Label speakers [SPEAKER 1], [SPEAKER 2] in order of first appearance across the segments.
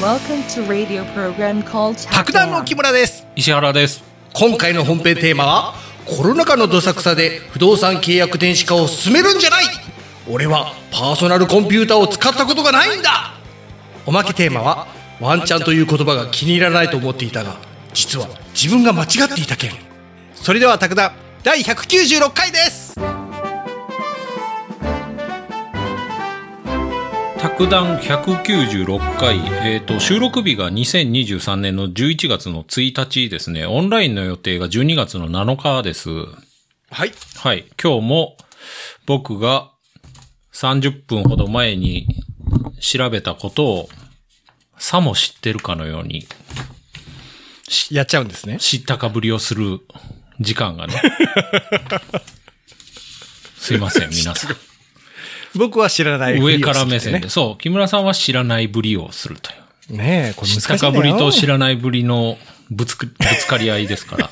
[SPEAKER 1] Welcome to radio program called
[SPEAKER 2] 白談の木
[SPEAKER 1] Hakdan.
[SPEAKER 2] 村です
[SPEAKER 3] 石原です。
[SPEAKER 2] 今回の本編テーマはコロナ禍のどさくさで不動産契約電子化を進めるんじゃない俺はパーソナルコンピューターを使ったことがないんだおまけテーマはワンチャンという言葉が気に入らないと思っていたが実は自分が間違っていた件それでは卓談第196回です
[SPEAKER 3] 卓談196回、えっ、と、収録日が2023年の11月の1日ですね。オンラインの予定が12月の7日です。
[SPEAKER 2] はい
[SPEAKER 3] はい。今日も僕が30分ほど前に調べたことをさも知ってるかのように
[SPEAKER 2] やっちゃうんですね
[SPEAKER 3] 知ったかぶりをする時間がね。すいません、皆さん。
[SPEAKER 2] 僕は知らない
[SPEAKER 3] 上から目線
[SPEAKER 2] で
[SPEAKER 3] で。そう、木村さんは知らないぶりをするという。
[SPEAKER 2] ねえこれ
[SPEAKER 3] 知
[SPEAKER 2] 難
[SPEAKER 3] っ
[SPEAKER 2] しいんだ
[SPEAKER 3] たか
[SPEAKER 2] よ
[SPEAKER 3] ぶりと知らないぶりのぶつくぶつかり合いですから、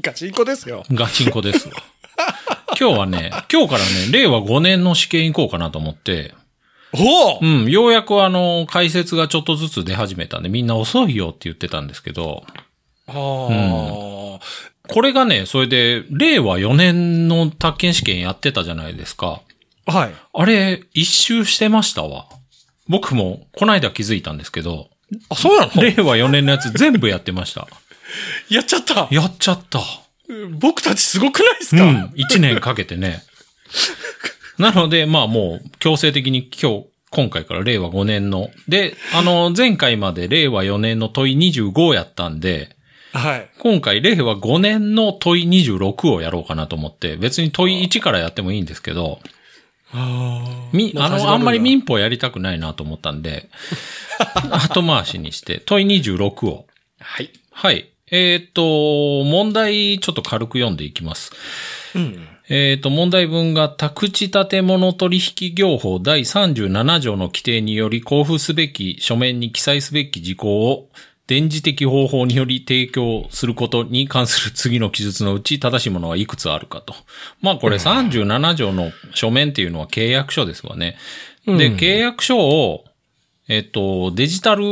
[SPEAKER 2] ガチンコですよ
[SPEAKER 3] ガチンコですわ。今日はね、今日からね、令和5年の試験行こうかなと思って、
[SPEAKER 2] おお
[SPEAKER 3] うん、ようやくあの、解説がちょっとずつ出始めたんで、みんな遅いよって言ってたんですけど、
[SPEAKER 2] ああ、
[SPEAKER 3] これがね、それで、令和4年の宅建試験やってたじゃないですか。
[SPEAKER 2] はい。
[SPEAKER 3] あれ、一周してましたわ。僕も、こないだ気づいたんですけど、
[SPEAKER 2] あ、そうなの
[SPEAKER 3] 令和4年のやつ全部やってました。
[SPEAKER 2] やっちゃった。
[SPEAKER 3] やっちゃった。
[SPEAKER 2] 僕たちすごくないです
[SPEAKER 3] う
[SPEAKER 2] か、
[SPEAKER 3] ん。一年かけてね。なので、まあもう強制的に今日、今回から令和5年の。で、あの、前回まで令和4年の問い25やったんで、
[SPEAKER 2] はい。
[SPEAKER 3] 今回令和5年の問い26をやろうかなと思って、別に問い1からやってもいいんですけど、
[SPEAKER 2] あ
[SPEAKER 3] み、
[SPEAKER 2] もう
[SPEAKER 3] あ
[SPEAKER 2] 始まるん
[SPEAKER 3] の、
[SPEAKER 2] だ
[SPEAKER 3] あんまり民法やりたくないなと思ったんで、 後回しにして、問い26を。
[SPEAKER 2] はい。
[SPEAKER 3] はい。えーっ、と、問題ちょっと軽く読んでいきます。
[SPEAKER 2] うん。
[SPEAKER 3] えー、と、問題文が、宅地建物取引業法第37条の規定により交付すべき書面に記載すべき事項を電磁的方法により提供することに関する次の記述のうち正しいものはいくつあるかと。まあこれ37条の書面っていうのは契約書ですわね。で、契約書を、えっ、と、デジタル、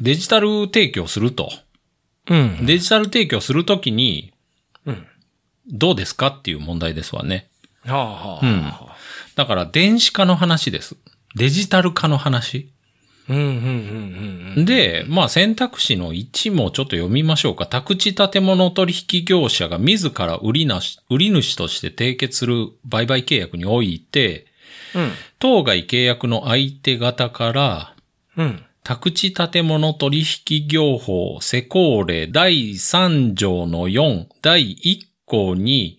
[SPEAKER 3] デジタル提供すると。
[SPEAKER 2] うん。
[SPEAKER 3] デジタル提供するときに、どうですかっていう問題ですわね。
[SPEAKER 2] はあは
[SPEAKER 3] う
[SPEAKER 2] あ。
[SPEAKER 3] ん。だから、電子化の話です。デジタル化の話。
[SPEAKER 2] うん、うん、うん、
[SPEAKER 3] で、まあ選択肢の1もちょっと読みましょうか。宅地建物取引業者が自ら売りなし、売り主として締結する売買契約において、
[SPEAKER 2] うん。
[SPEAKER 3] 当該契約の相手方から、
[SPEAKER 2] うん。うん。
[SPEAKER 3] 宅地建物取引業法施行令第3条の4第1項に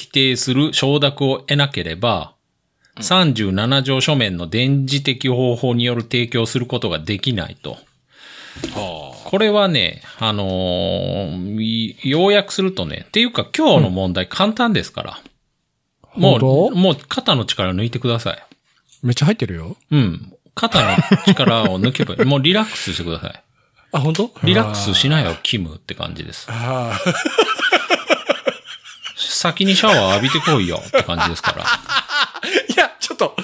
[SPEAKER 3] 規定する承諾を得なければ、37条書面の電磁的方法による提供することができないと。
[SPEAKER 2] は
[SPEAKER 3] これはね、あのーい要約するとね、っていうか今日の問題簡単ですから。も
[SPEAKER 2] 本
[SPEAKER 3] う、もう肩の力抜いてください。
[SPEAKER 2] めっちゃ入ってるよ。
[SPEAKER 3] うん。肩の力を抜けばいい、もうリラックスしてください。
[SPEAKER 2] あ、本当？
[SPEAKER 3] リラックスしなよ、キムって感じです。
[SPEAKER 2] あ
[SPEAKER 3] 先にシャワー浴びてこいよって感じですから。
[SPEAKER 2] ー いや、ちょっと、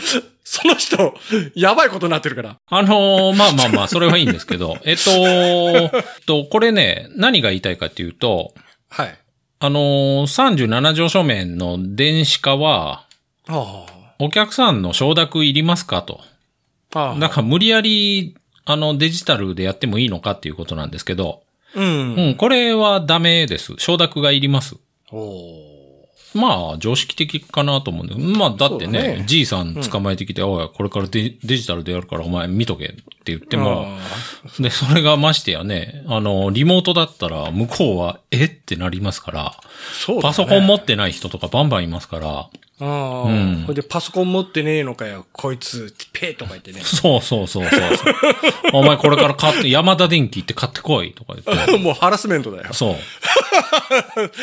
[SPEAKER 2] その人、やばいことになってるから。
[SPEAKER 3] あのーまあまあまあ、それはいいんですけど、えっと、えっと、これね、何が言いたいかっていうと、
[SPEAKER 2] はい。
[SPEAKER 3] あのー37条書面の電子化は、
[SPEAKER 2] は
[SPEAKER 3] お客さんの承諾いりますかと。
[SPEAKER 2] あ。は
[SPEAKER 3] だから無理やり、あの、デジタルでやってもいいのかっていうことなんですけど、
[SPEAKER 2] うん。
[SPEAKER 3] うん、これはダメです。承諾がいります。
[SPEAKER 2] お
[SPEAKER 3] まあ、常識的かなと思うんだけど、まあ、だって
[SPEAKER 2] そうだ
[SPEAKER 3] ね
[SPEAKER 2] ね、
[SPEAKER 3] じい、さん捕まえてきて、おい、これからデデジタルでやるからお前見とけって言っても、で、それがましてやね、あの、リモートだったら、向こうは、えってなりますから、
[SPEAKER 2] そうだね
[SPEAKER 3] パソコン持ってない人とかバンバンいますから、
[SPEAKER 2] ああ。
[SPEAKER 3] うん
[SPEAKER 2] ほいで、パソコン持ってねえのかよ、こいつ、ペーとか言ってね。
[SPEAKER 3] そうそうそうそうそう。 お前これから買って、山田電機行って買ってこいとか言って、
[SPEAKER 2] もうハラスメントだよ。
[SPEAKER 3] そう。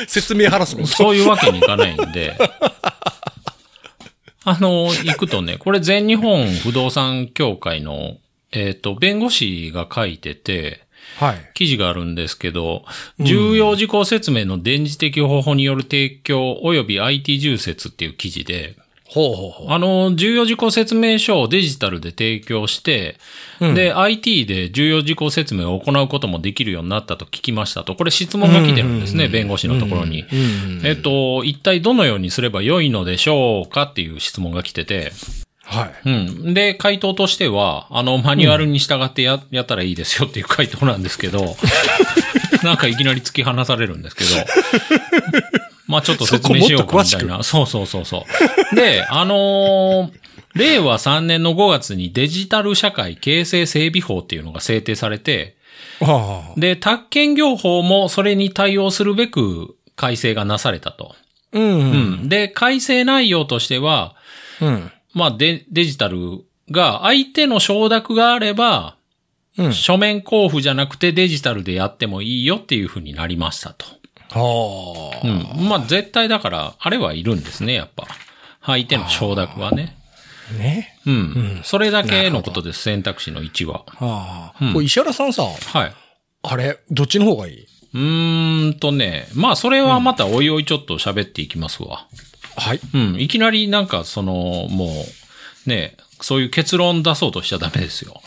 [SPEAKER 2] 説明ハラスメント。
[SPEAKER 3] そういうわけにいかないんで。あの、行くとね、これ全日本不動産協会の、えっ、と、弁護士が書いてて、
[SPEAKER 2] はい。
[SPEAKER 3] 記事があるんですけど、重要事項説明の電磁的方法による提供及び IT 重説っていう記事で、
[SPEAKER 2] ほうほうほう。
[SPEAKER 3] あの、重要事項説明書をデジタルで提供して、で、IT で重要事項説明を行うこともできるようになったと聞きましたと、これ質問が来てるんですね、弁護士のところに。えっと、一体どのようにすれば良いのでしょうかっていう質問が来てて、
[SPEAKER 2] はい。
[SPEAKER 3] うん。で、回答としては、あの、マニュアルに従ってや、やったらいいですよっていう回答なんですけ ど、なんかいきなり突き放されるんです けど、まあちょっと説明しようかみたいな。そうそうそうそう。で、あのー令和3年の5月にデジタル社会形成整備法っていうのが制定されて、
[SPEAKER 2] はあ。
[SPEAKER 3] で、宅建業法もそれに対応するべく改正がなされたと。
[SPEAKER 2] うん。う。
[SPEAKER 3] うんん。で、改正内容としては、
[SPEAKER 2] うん。
[SPEAKER 3] まあデ、デジタルが相手の承諾があれば、
[SPEAKER 2] うん
[SPEAKER 3] 書面交付じゃなくてデジタルでやってもいいよっていうふうになりましたと。
[SPEAKER 2] はあ。
[SPEAKER 3] うん。まあ絶対だから、あれはいるんですね、やっぱ。相手の承諾はね。
[SPEAKER 2] ね。
[SPEAKER 3] うん、それだけのことです、選択肢の1は。
[SPEAKER 2] はあ。これ石原さんさ、
[SPEAKER 3] はい。
[SPEAKER 2] あれ、どっちの方がいいう
[SPEAKER 3] ーんとね、まあそれはまたおいおいちょっと喋っていきますわ。
[SPEAKER 2] はい。
[SPEAKER 3] うん。いきなりなんかその、もう、ね、そういう結論出そうとしちゃダメです よ。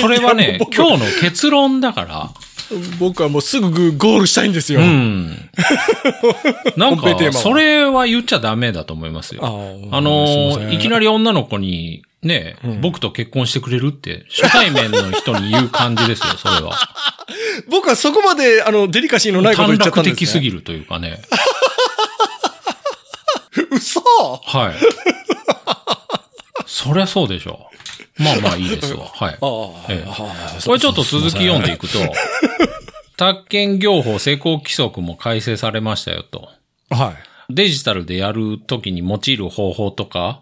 [SPEAKER 3] それはね、今日の結論だから。
[SPEAKER 2] 僕はもうすぐゴールしたいんですよ。
[SPEAKER 3] うん。なん
[SPEAKER 2] 本編テーマ
[SPEAKER 3] か、
[SPEAKER 2] は
[SPEAKER 3] それは言っちゃダメだと思いますよ。
[SPEAKER 2] あ
[SPEAKER 3] あ
[SPEAKER 2] ーすいま
[SPEAKER 3] の
[SPEAKER 2] せん
[SPEAKER 3] ー、いきなり女の子に、ね、僕と結婚してくれるって、初対面の人に言う感じです よ、それは。
[SPEAKER 2] 僕はそこまで、あの、デリカシーのないこと言
[SPEAKER 3] 短
[SPEAKER 2] っちゃった
[SPEAKER 3] 絡
[SPEAKER 2] んです、ね。
[SPEAKER 3] 的すぎるというかね。
[SPEAKER 2] 嘘
[SPEAKER 3] はい。そりゃそうでしょう。まあまあいいですわ。はい。
[SPEAKER 2] ああ
[SPEAKER 3] ええ
[SPEAKER 2] ああ
[SPEAKER 3] これちょっと続き読んでいくと、宅建業法施行規則も改正されましたよと。
[SPEAKER 2] は
[SPEAKER 3] デジタルでやるときに用いる方法とか、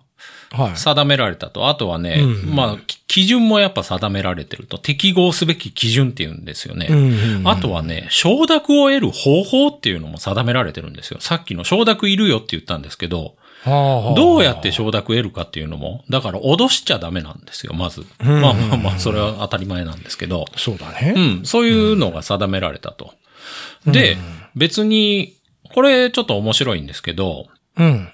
[SPEAKER 2] い。はい。
[SPEAKER 3] 定められたと。あとはね、まあ、き基準もやっぱ定められてると。適合すべき基準って言うんですよね。あとはね、承諾を得る方法っていうのも定められてるんですよ。さっきの承諾いるよって言ったんですけど、どうやって承諾得るかっていうのも、だから脅しちゃダメなんですよ、まず。まあまあまあ、それは当たり前なんですけど。
[SPEAKER 2] そうだね。
[SPEAKER 3] うん、そういうのが定められたと。で、別に、これちょっと面白いんですけど、
[SPEAKER 2] うん。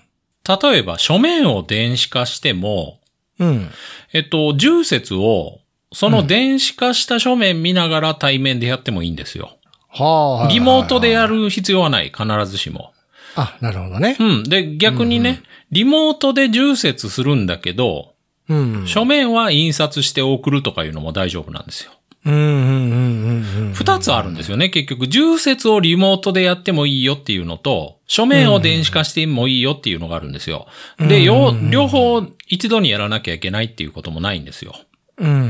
[SPEAKER 3] 例えば書面を電子化しても、
[SPEAKER 2] うん。
[SPEAKER 3] えっと、重説を、その電子化した書面見ながら対面でやってもいいんですよ。
[SPEAKER 2] はあ。
[SPEAKER 3] リモートでやる必要はない、必ずしも。
[SPEAKER 2] あ、なるほどね
[SPEAKER 3] う。ん。で、逆にね、リモートで重説するんだけど、
[SPEAKER 2] うん。
[SPEAKER 3] 書面は印刷して送るとかいうのも大丈夫なんですよ。
[SPEAKER 2] うんうんうんうん
[SPEAKER 3] 二つあるんですよね。結局、重説をリモートでやってもいいよっていうのと、書面を電子化してもいいよっていうのがあるんですよ。で、よう両方一度にやらなきゃいけないっていうこともないんですよ。
[SPEAKER 2] うん。うんう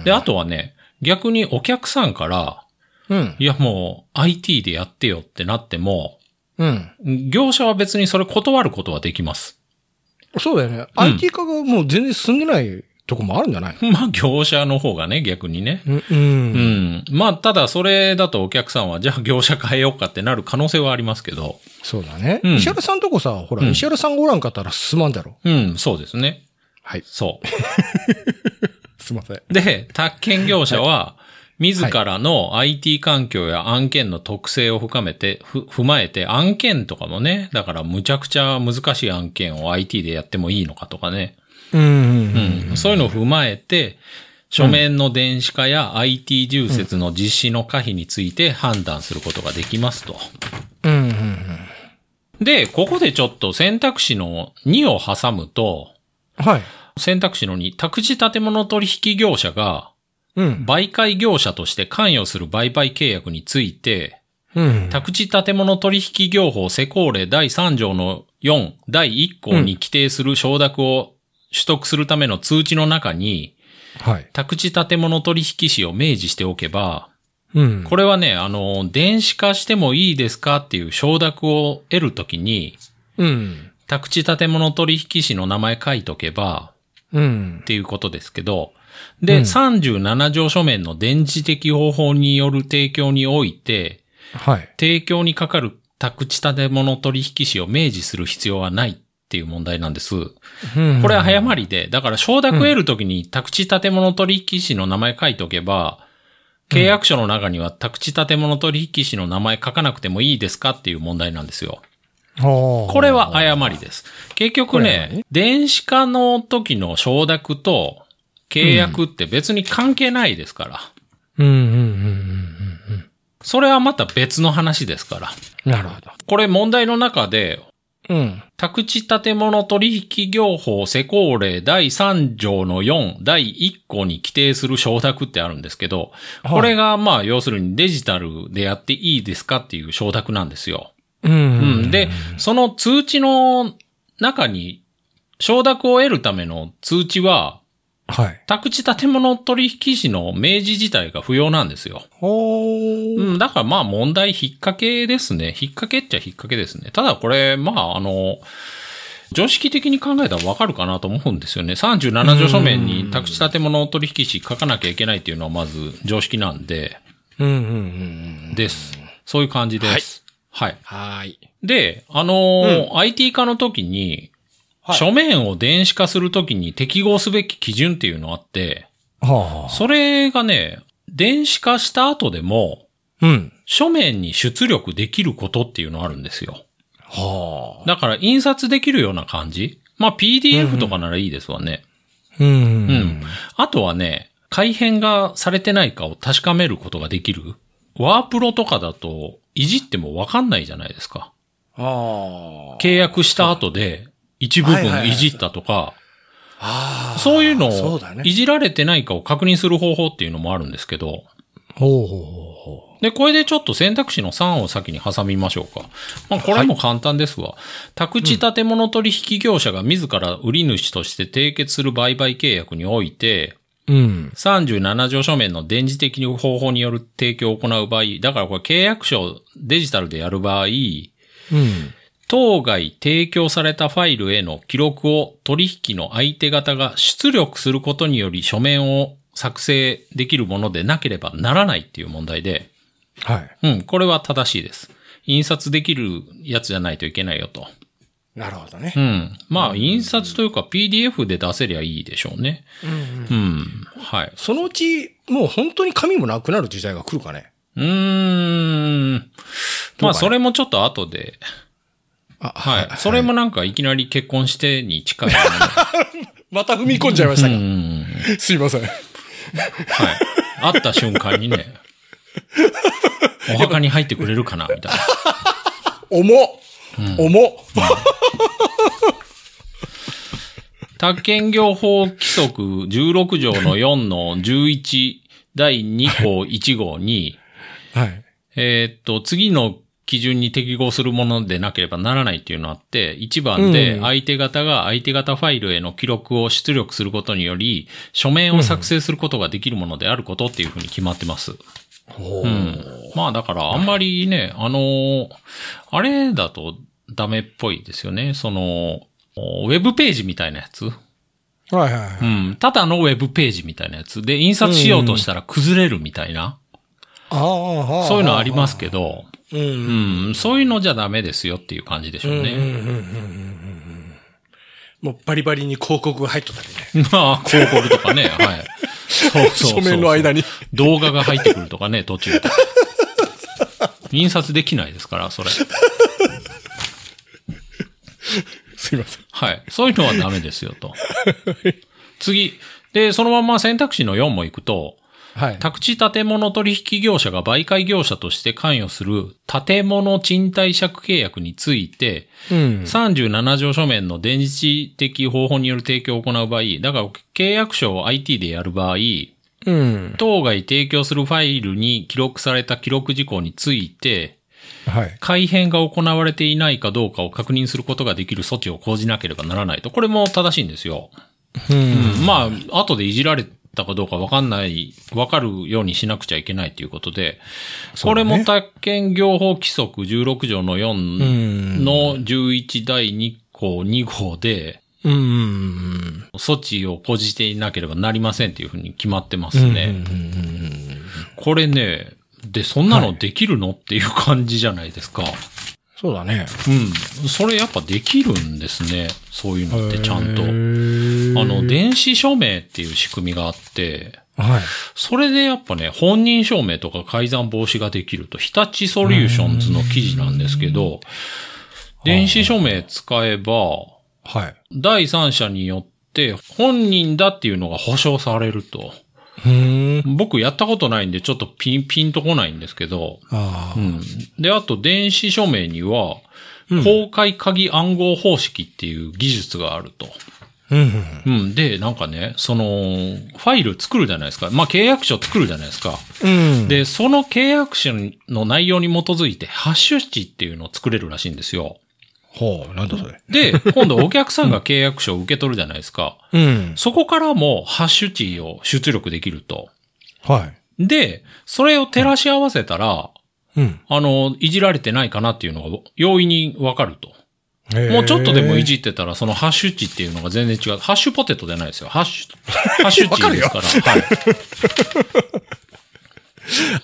[SPEAKER 2] ん
[SPEAKER 3] で、あとはね、逆にお客さんから、
[SPEAKER 2] うんうん。
[SPEAKER 3] いやもう IT でやってよってなっても、
[SPEAKER 2] うん。
[SPEAKER 3] 業者は別にそれ断ることはできます。
[SPEAKER 2] そうだよね。
[SPEAKER 3] うん
[SPEAKER 2] IT 化がもう全然進んでないとこもあるんじゃない
[SPEAKER 3] まあ業者の方がね、逆にね。
[SPEAKER 2] うん。う。
[SPEAKER 3] うんん。まあただそれだとお客さんは、じゃあ業者変えようかってなる可能性はありますけど。
[SPEAKER 2] そうだね。
[SPEAKER 3] うん
[SPEAKER 2] 石原さんとこさ、ほら、
[SPEAKER 3] うん
[SPEAKER 2] 石原さんがおらんかったら進まんだろ。
[SPEAKER 3] うん、そうですね。
[SPEAKER 2] はい。
[SPEAKER 3] そう。
[SPEAKER 2] すいません。
[SPEAKER 3] で、宅建業者は、自らの IT 環境や案件の特性を深めて、ふ踏まえて、案件とかもね、だからむちゃくちゃ難しい案件を IT でやってもいいのかとかね、
[SPEAKER 2] うんうん
[SPEAKER 3] う
[SPEAKER 2] うん。
[SPEAKER 3] ん、そういうのを踏まえて、書面の電子化や IT 重説の実施の可否について判断することができますと。
[SPEAKER 2] うんうん。
[SPEAKER 3] で、ここでちょっと選択肢の2を挟むと、
[SPEAKER 2] はい。
[SPEAKER 3] 選択肢の2、宅地建物取引業者が、
[SPEAKER 2] うん。
[SPEAKER 3] 媒介業者として関与する売買契約について、
[SPEAKER 2] うん。
[SPEAKER 3] 宅地建物取引業法施行令第3条の4、第1項に規定する承諾を取得するための通知の中に、
[SPEAKER 2] はい。
[SPEAKER 3] 宅地建物取引士を明示しておけば、
[SPEAKER 2] うん。
[SPEAKER 3] これはね、あの、電子化してもいいですかっていう承諾を得るときに、
[SPEAKER 2] うん。
[SPEAKER 3] 宅地建物取引士の名前書いとけば、
[SPEAKER 2] うん
[SPEAKER 3] っ。ていうことですけど、で、37条書面の電磁的方法による提供において、
[SPEAKER 2] はい。
[SPEAKER 3] 提供にかかる宅地建物取引士を明示する必要はないっていう問題なんです。
[SPEAKER 2] うん
[SPEAKER 3] これは早まりで、だから承諾得るときに宅地建物取引士の名前書いておけば、契約書の中には宅地建物取引士の名前書かなくてもいいですかっていう問題なんですよ。
[SPEAKER 2] こ
[SPEAKER 3] これは誤りです。結局
[SPEAKER 2] これ
[SPEAKER 3] ね、電子化の時の承諾と契約って別に関係ないですから。
[SPEAKER 2] うんうんうんうん
[SPEAKER 3] それはまた別の話ですから。
[SPEAKER 2] うん。なるほど。
[SPEAKER 3] これ問題の中で、
[SPEAKER 2] うん。
[SPEAKER 3] 宅地建物取引業法施行令第3条の4第1項に規定する承諾ってあるんですけど、
[SPEAKER 2] はい
[SPEAKER 3] これがまあ要するにデジタルでやっていいですかっていう承諾なんですよ。
[SPEAKER 2] うん
[SPEAKER 3] う
[SPEAKER 2] うん
[SPEAKER 3] ん。で、その通知の中に承諾を得るための通知は、
[SPEAKER 2] はい。
[SPEAKER 3] 宅地建物取引士の明示自体が不要なんですよ。
[SPEAKER 2] ほー。
[SPEAKER 3] うん、だからまあ問題引っ掛けですね。引っ掛けっちゃ引っ掛けですね。ただこれ、まああの、常識的に考えたらわかるかなと思うんですよね。37条書面に宅地建物取引士書かなきゃいけないっていうのはまず常識なんで、
[SPEAKER 2] うんうんうんうん。
[SPEAKER 3] です。そういう感じです。はい。
[SPEAKER 2] はーい。
[SPEAKER 3] で、あのー IT 化の時に、
[SPEAKER 2] はい
[SPEAKER 3] 書面を電子化するときに適合すべき基準っていうのあって、
[SPEAKER 2] は
[SPEAKER 3] それがね、電子化した後でも、
[SPEAKER 2] あ。うん。
[SPEAKER 3] 書面に出力できることっていうのあるんですよ。
[SPEAKER 2] は
[SPEAKER 3] だから印刷できるような感じまあ PDF とかならいいですわね。
[SPEAKER 2] あ。うん
[SPEAKER 3] うん、あとはね、改変がされてないかを確かめることができる。ワープロとかだと、いじってもわかんないじゃないですか。
[SPEAKER 2] はあ。
[SPEAKER 3] 契約した後で、一部分いじったとか、
[SPEAKER 2] あー
[SPEAKER 3] そういうの
[SPEAKER 2] そう
[SPEAKER 3] を
[SPEAKER 2] だね
[SPEAKER 3] い。じられてないかを確認する方法っていうのもあるんですけど、
[SPEAKER 2] ほうほうほうほ
[SPEAKER 3] で、これでちょっと選択肢の3を先に挟みましょうか。まあ、これも簡単ですわ。宅地建物取引業者が自ら売り主として締結する売買契約において、
[SPEAKER 2] う。うん。
[SPEAKER 3] 37条書面の電磁的方法による提供を行う場合、だからこれ契約書をデジタルでやる場合、
[SPEAKER 2] うん。
[SPEAKER 3] 当該提供されたファイルへの記録を取引の相手方が出力することにより書面を作成できるものでなければならないっていう問題で、
[SPEAKER 2] はい。
[SPEAKER 3] うん、これは正しいです。印刷できるやつじゃないといけないよと。
[SPEAKER 2] なるほどね
[SPEAKER 3] う。ん。まあ、印刷というか PDF で出せりゃいいでしょうね。うん。はい。
[SPEAKER 2] そのうち、もう本当に紙もなくなる時代が来るかね。
[SPEAKER 3] うーん。まあ、それもちょっと後で。
[SPEAKER 2] あ、
[SPEAKER 3] はい。それもなんかいきなり結婚してに近いも
[SPEAKER 2] また踏み込んじゃいました
[SPEAKER 3] の。う
[SPEAKER 2] か。
[SPEAKER 3] ん。
[SPEAKER 2] すいません。
[SPEAKER 3] はい。会った瞬間にね、お墓に入ってくれるかな、みたいな。
[SPEAKER 2] 重っ重っ
[SPEAKER 3] 宅建業法規則16条の4の11第2項1号に、
[SPEAKER 2] はい。
[SPEAKER 3] えーっと、次の基準に適合するものでなければならないっていうのあって、1番で
[SPEAKER 2] うん
[SPEAKER 3] 相手方が相手方ファイルへの記録を出力することにより、書面を作成することができるものであることっていうふうに決まってます。
[SPEAKER 2] ほ
[SPEAKER 3] うん。まあだからあんまりね、あのーあれだとダメっぽいですよね。その、ウェブページみたいなやつ
[SPEAKER 2] はいはいは
[SPEAKER 3] う
[SPEAKER 2] い。
[SPEAKER 3] ん。ただのウェブページみたいなやつで、印刷しようとしたら崩れるみたいな、
[SPEAKER 2] ああ、。
[SPEAKER 3] そういうのありますすけど、
[SPEAKER 2] うん。うん
[SPEAKER 3] うん、そういうのじゃダメですよっていう感じでしょう
[SPEAKER 2] うんうん
[SPEAKER 3] ね。
[SPEAKER 2] うんうんうんもうバリバリに広告が入っとったりね。
[SPEAKER 3] まあ、広告とかね、はい。そうそうそう
[SPEAKER 2] 書面の間に。
[SPEAKER 3] 動画が入ってくるとかね、途中で。印刷できないですから、それ。
[SPEAKER 2] すいません。
[SPEAKER 3] はい。そういうのはダメですよ、と。次。で、そのまま選択肢の4も行くと、
[SPEAKER 2] はい。
[SPEAKER 3] 宅地建物取引業者が媒介業者として関与する建物賃貸借契約について、
[SPEAKER 2] うん。
[SPEAKER 3] 37条書面の電磁的方法による提供を行う場合、だから契約書を IT でやる場合、
[SPEAKER 2] うん。
[SPEAKER 3] 当該提供するファイルに記録された記録事項について、
[SPEAKER 2] はい。
[SPEAKER 3] 改変が行われていないかどうかを確認することができる措置を講じなければならないと。これも正しいんですよ。
[SPEAKER 2] うん。
[SPEAKER 3] まあ、後でいじられたかどうかわかんない、わかるようにしなくちゃいけないということで、これも宅建業法規則16条の4
[SPEAKER 2] ん
[SPEAKER 3] の11第2項2号で、
[SPEAKER 2] うん。
[SPEAKER 3] 措置を講じていなければなりませんというふうに決まってますね。これね、で、そんなのできるの、っていう感じじゃないですか。
[SPEAKER 2] そうだね。
[SPEAKER 3] うん。それやっぱできるんですね。そういうのってちゃんと。あ
[SPEAKER 2] あ
[SPEAKER 3] の、、電子署名っていう仕組みがあって、
[SPEAKER 2] はい。
[SPEAKER 3] それでやっぱね、本人証明とか改ざん防止ができると、日立ソリューションズの記事なんですけど、電子署名使えば、
[SPEAKER 2] はい。
[SPEAKER 3] 第三者によって本人だっていうのが保証されると。
[SPEAKER 2] ふーん。
[SPEAKER 3] 僕やったことないんでちょっとピンピンとこないんですけど。
[SPEAKER 2] あ
[SPEAKER 3] う
[SPEAKER 2] あ。
[SPEAKER 3] ん。で、あと電子署名には
[SPEAKER 2] うん、
[SPEAKER 3] 公開鍵暗号方式っていう技術があると。
[SPEAKER 2] うん。
[SPEAKER 3] うん。で、なんかね、その、ファイル作るじゃないですか。まあ、契約書作るじゃないですか。
[SPEAKER 2] うん。、
[SPEAKER 3] で、その契約書の内容に基づいて、ハッシュ値っていうのを作れるらしいんですよ。
[SPEAKER 2] ほう、なんだそれ。
[SPEAKER 3] で、今度お客さんが契約書を受け取るじゃないですか。
[SPEAKER 2] うん。
[SPEAKER 3] そこからもハッシュ値を出力できると。
[SPEAKER 2] はい。
[SPEAKER 3] で、それを照らし合わせたら、
[SPEAKER 2] うん。
[SPEAKER 3] あの、いじられてないかなっていうのが容易にわかると。もうちょっとでもいじってたら、そのハッシュ値っていうのが全然違う。ハッシュポテトじゃないですよ。ハッシュ、ハッシュ値ですから。はい。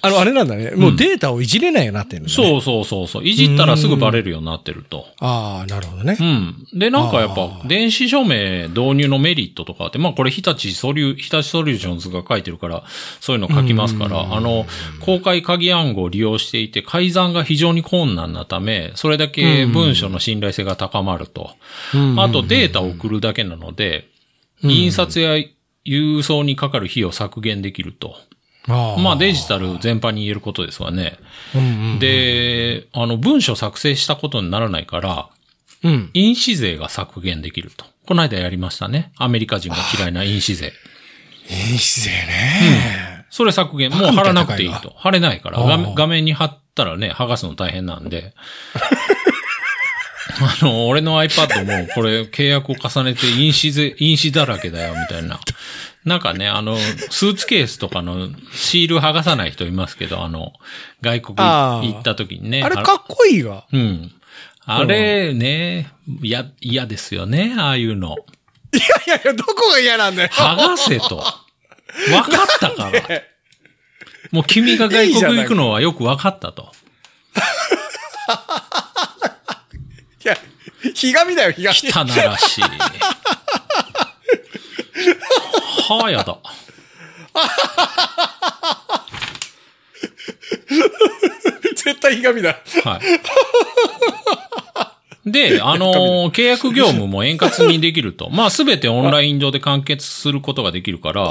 [SPEAKER 2] あの、あれなんだね。もうデータをいじれないようになってるんだね。う。
[SPEAKER 3] そうそうそうそう。いじったらすぐバレるようになってると。
[SPEAKER 2] ああ、なるほどね
[SPEAKER 3] う。ん。で、なんかやっ
[SPEAKER 2] あ
[SPEAKER 3] ぱ、電子署名導入のメリットとかって、まあこれ日立ソリュー、日立ソリューションズが書いてるから、そういうの書きますから、あの、公開鍵暗号を利用していて、改ざんが非常に困難なため、それだけ文書の信頼性が高まると。あとデータを送るだけなので、印刷や郵送にかかる費用を削減できると。
[SPEAKER 2] あ
[SPEAKER 3] まあデジタル全般に言えることですわね。
[SPEAKER 2] タうん。
[SPEAKER 3] で、あの、文書作成したことにならないから、
[SPEAKER 2] うん。
[SPEAKER 3] 印紙税が削減できると。この間やりましたね。アメリカ人が嫌いな印紙税。
[SPEAKER 2] 演出税ね。
[SPEAKER 3] それ削減。もう
[SPEAKER 2] バカみた
[SPEAKER 3] 貼
[SPEAKER 2] い
[SPEAKER 3] ら
[SPEAKER 2] な
[SPEAKER 3] なくていいと。貼れないから。
[SPEAKER 2] あー
[SPEAKER 3] 画面画面に貼ったらね、剥がすの大変なんで。 あの、俺の iPad もこれ契約を重ねて印紙税、印紙だらけだよ、みたいな。なんかね、あの、スーツケースとかのシール剥がさない人いますけど、あの、外国
[SPEAKER 2] あー
[SPEAKER 3] 行った時にね。
[SPEAKER 2] あれかっこいいわ。
[SPEAKER 3] うん。あれね、いや、嫌ですよね、ああいうの。
[SPEAKER 2] いやいやいや、どこが嫌なんだよ。
[SPEAKER 3] 剥がせと。分かった から。もう君が外
[SPEAKER 2] いいじゃ
[SPEAKER 3] 国
[SPEAKER 2] ない
[SPEAKER 3] 行くのはよく分かったと。
[SPEAKER 2] いや、ひがみだよ、ひがみ。
[SPEAKER 3] 汚らしい。 はあ、やだ。
[SPEAKER 2] 絶対ひがみだ。
[SPEAKER 3] はい。で、あのー契約業務も円滑にできると。まあ、すべてオンライン上で完結することができる から、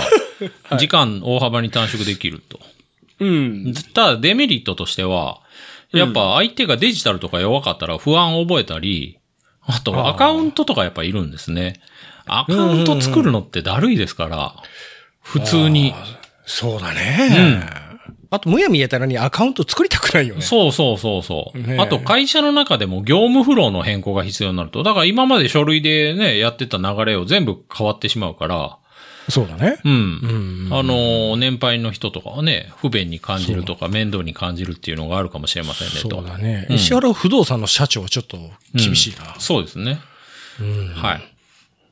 [SPEAKER 3] 時間大幅に短縮できると。
[SPEAKER 2] うん。
[SPEAKER 3] ただ、デメリットとしては、やっぱ相手がデジタルとか弱かったら不安を覚えたり、あとアカウントとかやっぱいるんですね。アカウント作るのってだるいですから、普通に。
[SPEAKER 2] そうだね。あと、むやみやたらにアカウント作りたくないよね。
[SPEAKER 3] そうそうそうそう
[SPEAKER 2] ね。え
[SPEAKER 3] あと会社の中でも業務フローの変更が必要になると。だから今まで書類でね、やってた流れを全部変わってしまうから、
[SPEAKER 2] そうだね。
[SPEAKER 3] うん。
[SPEAKER 2] ん
[SPEAKER 3] あの、年配の人とかはね、不便に感じるとか面倒に感じるっていうのがあるかもしれませんねと。
[SPEAKER 2] そうだね。
[SPEAKER 3] うん
[SPEAKER 2] 石原不動産の社長はちょっと厳しいな。
[SPEAKER 3] そうですね。はい。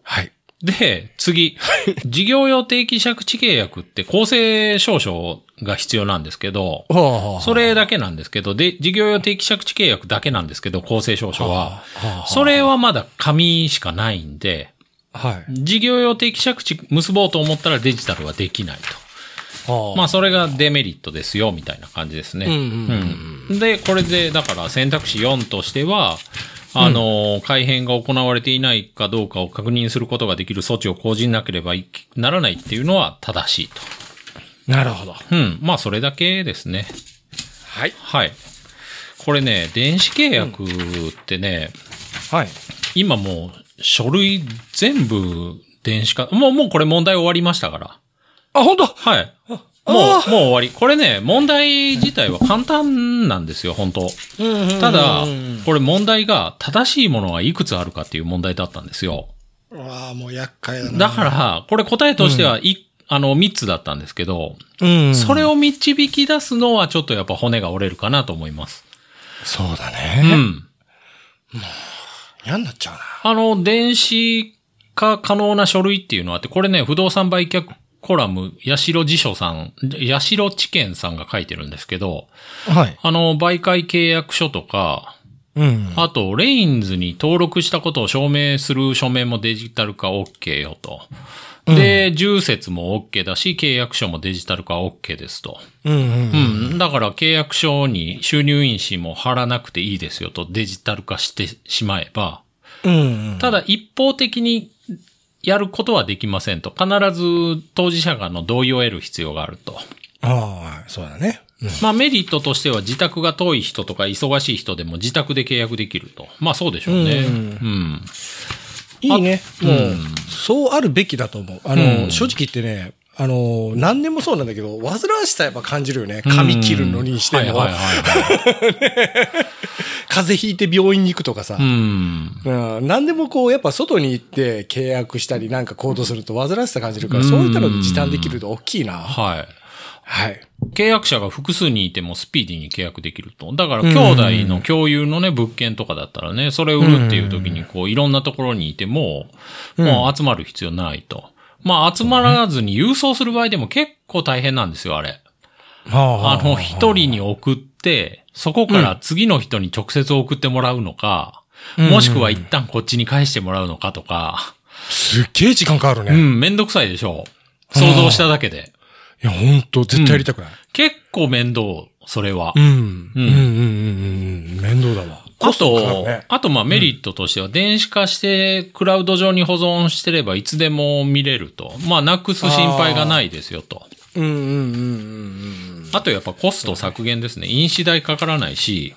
[SPEAKER 2] はい。
[SPEAKER 3] で、次。事業用定期借地契約って公正証書が必要なんですけど、
[SPEAKER 2] はあ
[SPEAKER 3] それだけなんですけど、で、事業用定期借地契約だけなんですけど、公正証書は。それはまだ紙しかないんで、
[SPEAKER 2] はい。
[SPEAKER 3] 事業用定期借地結ぼうと思ったらデジタルはできない
[SPEAKER 2] は
[SPEAKER 3] と。
[SPEAKER 2] あ
[SPEAKER 3] まあ、それがデメリットですよ、みたいな感じですね。
[SPEAKER 2] うんうん
[SPEAKER 3] うんで、これで、だから選択肢4としては、あの、改変が行われていないかどうかを確認することができる措置を講じなければいけならないっていうのは正しいと。
[SPEAKER 2] なるほど。
[SPEAKER 3] うん。まあ、それだけですね。
[SPEAKER 2] はい。
[SPEAKER 3] はい。これね、電子契約ってね、
[SPEAKER 2] はい。
[SPEAKER 3] 今もう書類全部電子化、もう、もうこれ問題終わりましたから。
[SPEAKER 2] あ、本当
[SPEAKER 3] はい。もう、も
[SPEAKER 2] あ
[SPEAKER 3] う終わり。これね、問題自体は簡単なんですよ、本当ただ、これ問題が正しいものはいくつあるかっていう問題だったんですよ。
[SPEAKER 2] ああ、もう厄介だな。
[SPEAKER 3] だから、これ答えとしては、い、あの、3つだったんですけど、
[SPEAKER 2] うん。
[SPEAKER 3] それを導き出すのはちょっとやっぱ骨が折れるかなと思います。
[SPEAKER 2] そうだ
[SPEAKER 3] う
[SPEAKER 2] ね。
[SPEAKER 3] ん。
[SPEAKER 2] 嫌になっちゃうな。
[SPEAKER 3] あの、電子化可能な書類っていうのはあって、これね、不動産売却コラム、八代辞書さん、八代知見さんが書いてるんですけど、
[SPEAKER 2] はい。
[SPEAKER 3] あの、媒介契約書とか、
[SPEAKER 2] うん。
[SPEAKER 3] あと、レインズに登録したことを証明する書面もデジタル化 OK よと。で、住説も OK だし、契約書もデジタル化 OK ですと。
[SPEAKER 2] うんうん。
[SPEAKER 3] うん。だから契約書に収入印紙も貼らなくていいですよとデジタル化してしまえば、
[SPEAKER 2] うん。
[SPEAKER 3] ただ一方的にやることはできませんと。必ず当事者がの同意を得る必要があると。
[SPEAKER 2] ああ、そうだね。うん
[SPEAKER 3] まあメリットとしては自宅が遠い人とか忙しい人でも自宅で契約できると。まあそうでしょうね。うん。
[SPEAKER 2] いいね。もう、そうあるべきだと思う。あ
[SPEAKER 3] う
[SPEAKER 2] の、
[SPEAKER 3] ん
[SPEAKER 2] 正直言ってね、あの、何年もそうなんだけど、煩わしさやっぱ感じるよね。髪切るのにしても、
[SPEAKER 3] はいはいはいはい。
[SPEAKER 2] 風邪ひいて病院に行くとかさ
[SPEAKER 3] う。ん。
[SPEAKER 2] うん、何でもこう、やっぱ外に行って契約したりなんか行動すると煩わしさ感じるから、そういったので時短できると大きいな。
[SPEAKER 3] はい。
[SPEAKER 2] はい。
[SPEAKER 3] 契約者が複数人いてもスピーディーに契約できると。だから、兄弟の共有のね、物件とかだったらね、それ売るっていう時に、こう、いろんなところにいても、もう集まる必要ないと。まあ、集まらずに郵送する場合でも結構大変なんですよ、あれ。あの、一人に送って、そこから次の人に直接送ってもらうのか、もしくは一旦こっちに返してもらうのかとか、
[SPEAKER 2] すっげえ時間かかる
[SPEAKER 3] う
[SPEAKER 2] ね。い
[SPEAKER 3] ん、めんどくさいでしょう。想像しただけで。
[SPEAKER 2] や、ほんと、絶対やりたくない。
[SPEAKER 3] 結構面倒、それは
[SPEAKER 2] う。ん。うんうんうんうん。面倒だわ。
[SPEAKER 3] あ
[SPEAKER 2] コストかかる
[SPEAKER 3] と
[SPEAKER 2] ね、
[SPEAKER 3] あとまあメリットとしては、電子化してクラウド上に保存してればいつでも見れると。まあなくす心配がないですよと。
[SPEAKER 2] うんうんうんうんうん。
[SPEAKER 3] あとやっぱコスト削減ですね。印紙代かからないし、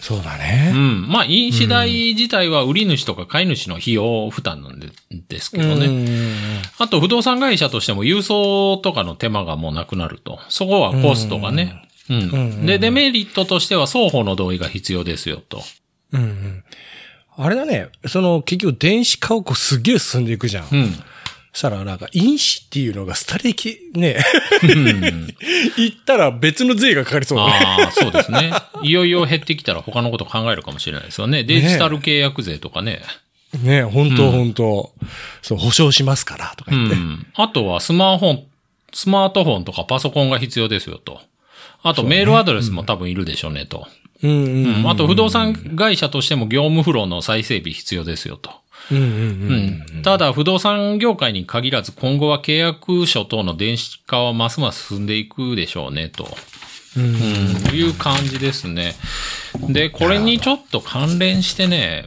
[SPEAKER 2] そうだ
[SPEAKER 3] う
[SPEAKER 2] ね。
[SPEAKER 3] ん。まあ印紙代自体は売り主とか買い主の費用負担なんでですけど
[SPEAKER 2] うんうん
[SPEAKER 3] ね。あと不動産会社としても郵送とかの手間がもうなくなると。そこはコストがね。うん。で、デメリットとしては双方の同意が必要ですよと。
[SPEAKER 2] うんうん。あれだね、その結局電子化をこうすっげえ進んでいくじゃん。
[SPEAKER 3] うん。
[SPEAKER 2] そしたらなんか、印紙っていうのがスタレキ、ね、 言ったら別の税がかかりそうだね。
[SPEAKER 3] ああ、そうですね。いよいよ減ってきたら他のこと考えるかもしれないですよね。デジタル契約税とかね。
[SPEAKER 2] ね、本当本当、そう、保証しますから、とか
[SPEAKER 3] う
[SPEAKER 2] 言って。
[SPEAKER 3] ん。あとはスマホ、スマートフォンとかパソコンが必要ですよと。あとメールアドレスも多分いるでしょうねと。
[SPEAKER 2] うんうん
[SPEAKER 3] うんあと不動産会社としても業務フローの再整備必要ですよと。
[SPEAKER 2] うん
[SPEAKER 3] う
[SPEAKER 2] うんうん
[SPEAKER 3] ん。ただ不動産業界に限らず今後は契約書等の電子化はますます進んでいくでしょうねと。うん、いう感じですね。で、これにちょっと関連してね、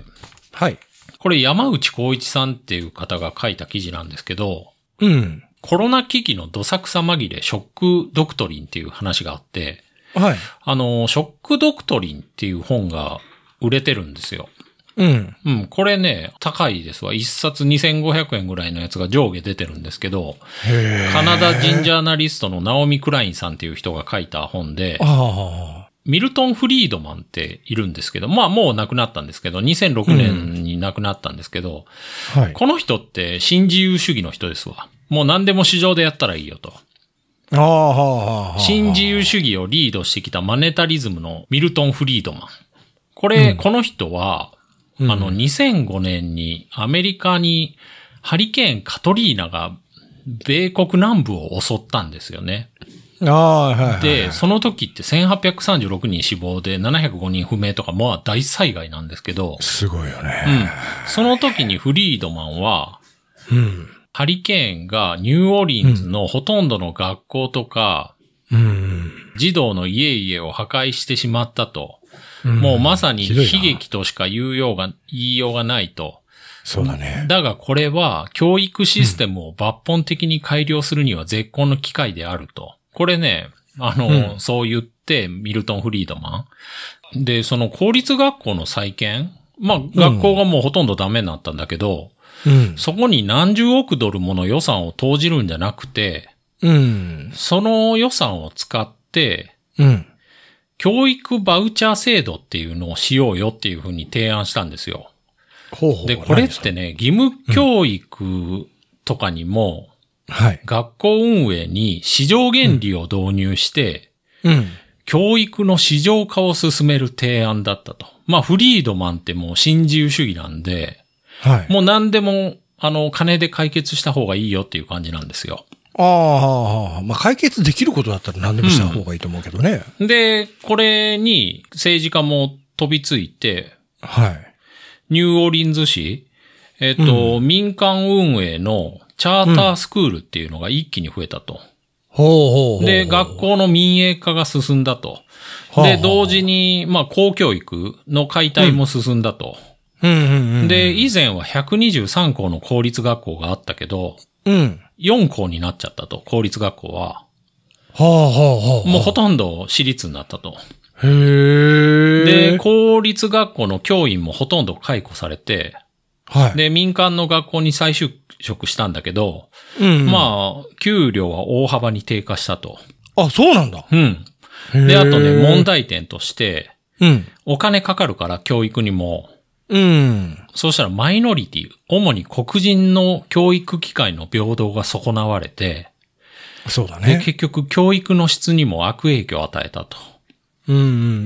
[SPEAKER 2] はい。
[SPEAKER 3] これ山内光一さんっていう方が書いた記事なんですけど、
[SPEAKER 2] うん。
[SPEAKER 3] コロナ危機のどさくさ紛れ、ショックドクトリンっていう話があって、
[SPEAKER 2] はい。
[SPEAKER 3] あの、ショックドクトリンっていう本が売れてるんですよ。
[SPEAKER 2] うん。
[SPEAKER 3] うん、これね、高いですわ。一冊2500円ぐらいのやつが上下出てるんですけど、
[SPEAKER 2] へえ。
[SPEAKER 3] カナダ人ジャーナリストのナオミ・クラインさんっていう人が書いた本で、
[SPEAKER 2] ああ。
[SPEAKER 3] ミルトン・フリードマンっているんですけど、まあもう亡くなったんですけど、2006年に亡くなったんですけど、
[SPEAKER 2] はい。
[SPEAKER 3] この人って新自由主義の人ですわ。もう何でも市場でやったらいいよと。
[SPEAKER 2] ああ、はあ、はあ。
[SPEAKER 3] 新自由主義をリードしてきたマネタリズムのミルトン・フリードマン。これ、この人は、あの、2005年にアメリカにハリケーン・カトリーナが米国南部を襲ったんですよね。
[SPEAKER 2] ああ、はいはいはい。
[SPEAKER 3] で、その時って1836人死亡で705人不明とか、まあ大災害なんですけど、
[SPEAKER 2] すごいよ
[SPEAKER 3] う
[SPEAKER 2] ね。
[SPEAKER 3] ん。その時にフリードマンは、
[SPEAKER 2] うん。
[SPEAKER 3] ハリケーンがニューオーリンズのほとんどの学校とか、
[SPEAKER 2] うん。
[SPEAKER 3] 児童の家々を破壊してしまったと。もうまさに
[SPEAKER 2] ひどいな
[SPEAKER 3] 悲劇としか言うようが、言いようがないと。
[SPEAKER 2] そうだね。
[SPEAKER 3] だがこれは教育システムを抜本的に改良するには絶好の機会であると。これね、あの、そう言って、ミルトン・フリードマン。で、その公立学校の再建まあ、学校がもうほとんどダメになったんだけど、
[SPEAKER 2] うん。
[SPEAKER 3] そこに何十億ドルもの予算を投じるんじゃなくて、
[SPEAKER 2] うん。
[SPEAKER 3] その予算を使って、
[SPEAKER 2] うん。
[SPEAKER 3] 教育バウチャー制度っていうのをしようよっていうふうに提案したんですよ。
[SPEAKER 2] ほうほう。
[SPEAKER 3] で、これってね、義務教育とかにも、
[SPEAKER 2] はい。
[SPEAKER 3] 学校運営に市場原理を導入して、
[SPEAKER 2] うん。
[SPEAKER 3] 教育の市場化を進める提案だったと。まあ、フリードマンってもう新自由主義なんで、
[SPEAKER 2] はい。
[SPEAKER 3] もう何でも、あの、金で解決した方がいいよっていう感じなんですよ。
[SPEAKER 2] ああ、ああまあ解決できることだったら何でもした方がいいと思うけどね。
[SPEAKER 3] で、これに政治家も飛びついて、
[SPEAKER 2] はい。
[SPEAKER 3] ニューオーリンズ市、えっ、と、民間運営のチャータースクールっていうのが一気に増えたと。
[SPEAKER 2] ほうほうほう。
[SPEAKER 3] で、学校の民営化が進んだと。
[SPEAKER 2] はあはあ
[SPEAKER 3] で、同時に、まあ、公教育の解体も進んだと。
[SPEAKER 2] うんうんうん。、
[SPEAKER 3] で、以前は123校の公立学校があったけど、
[SPEAKER 2] うん。
[SPEAKER 3] 4校になっちゃったと、公立学校は。
[SPEAKER 2] はあはあはあ。
[SPEAKER 3] もうほとんど私立になったと。
[SPEAKER 2] へー。
[SPEAKER 3] で、公立学校の教員もほとんど解雇されて、
[SPEAKER 2] はい。
[SPEAKER 3] で、民間の学校に再就職したんだけど、
[SPEAKER 2] うん。あ。
[SPEAKER 3] まあ、給料は大幅に低下したと。
[SPEAKER 2] あ、そうなんだ。
[SPEAKER 3] うん。
[SPEAKER 2] へ
[SPEAKER 3] で、
[SPEAKER 2] ー
[SPEAKER 3] あとね、問。題点として、
[SPEAKER 2] うん。
[SPEAKER 3] お金かかるから、教育にも。
[SPEAKER 2] うん。
[SPEAKER 3] そうしたらマイノリティ、主に黒人の教育機会の平等が損なわれて、
[SPEAKER 2] そうだ
[SPEAKER 3] で、
[SPEAKER 2] ね。
[SPEAKER 3] 結局教育の質にも悪影響を与えたと。
[SPEAKER 2] うん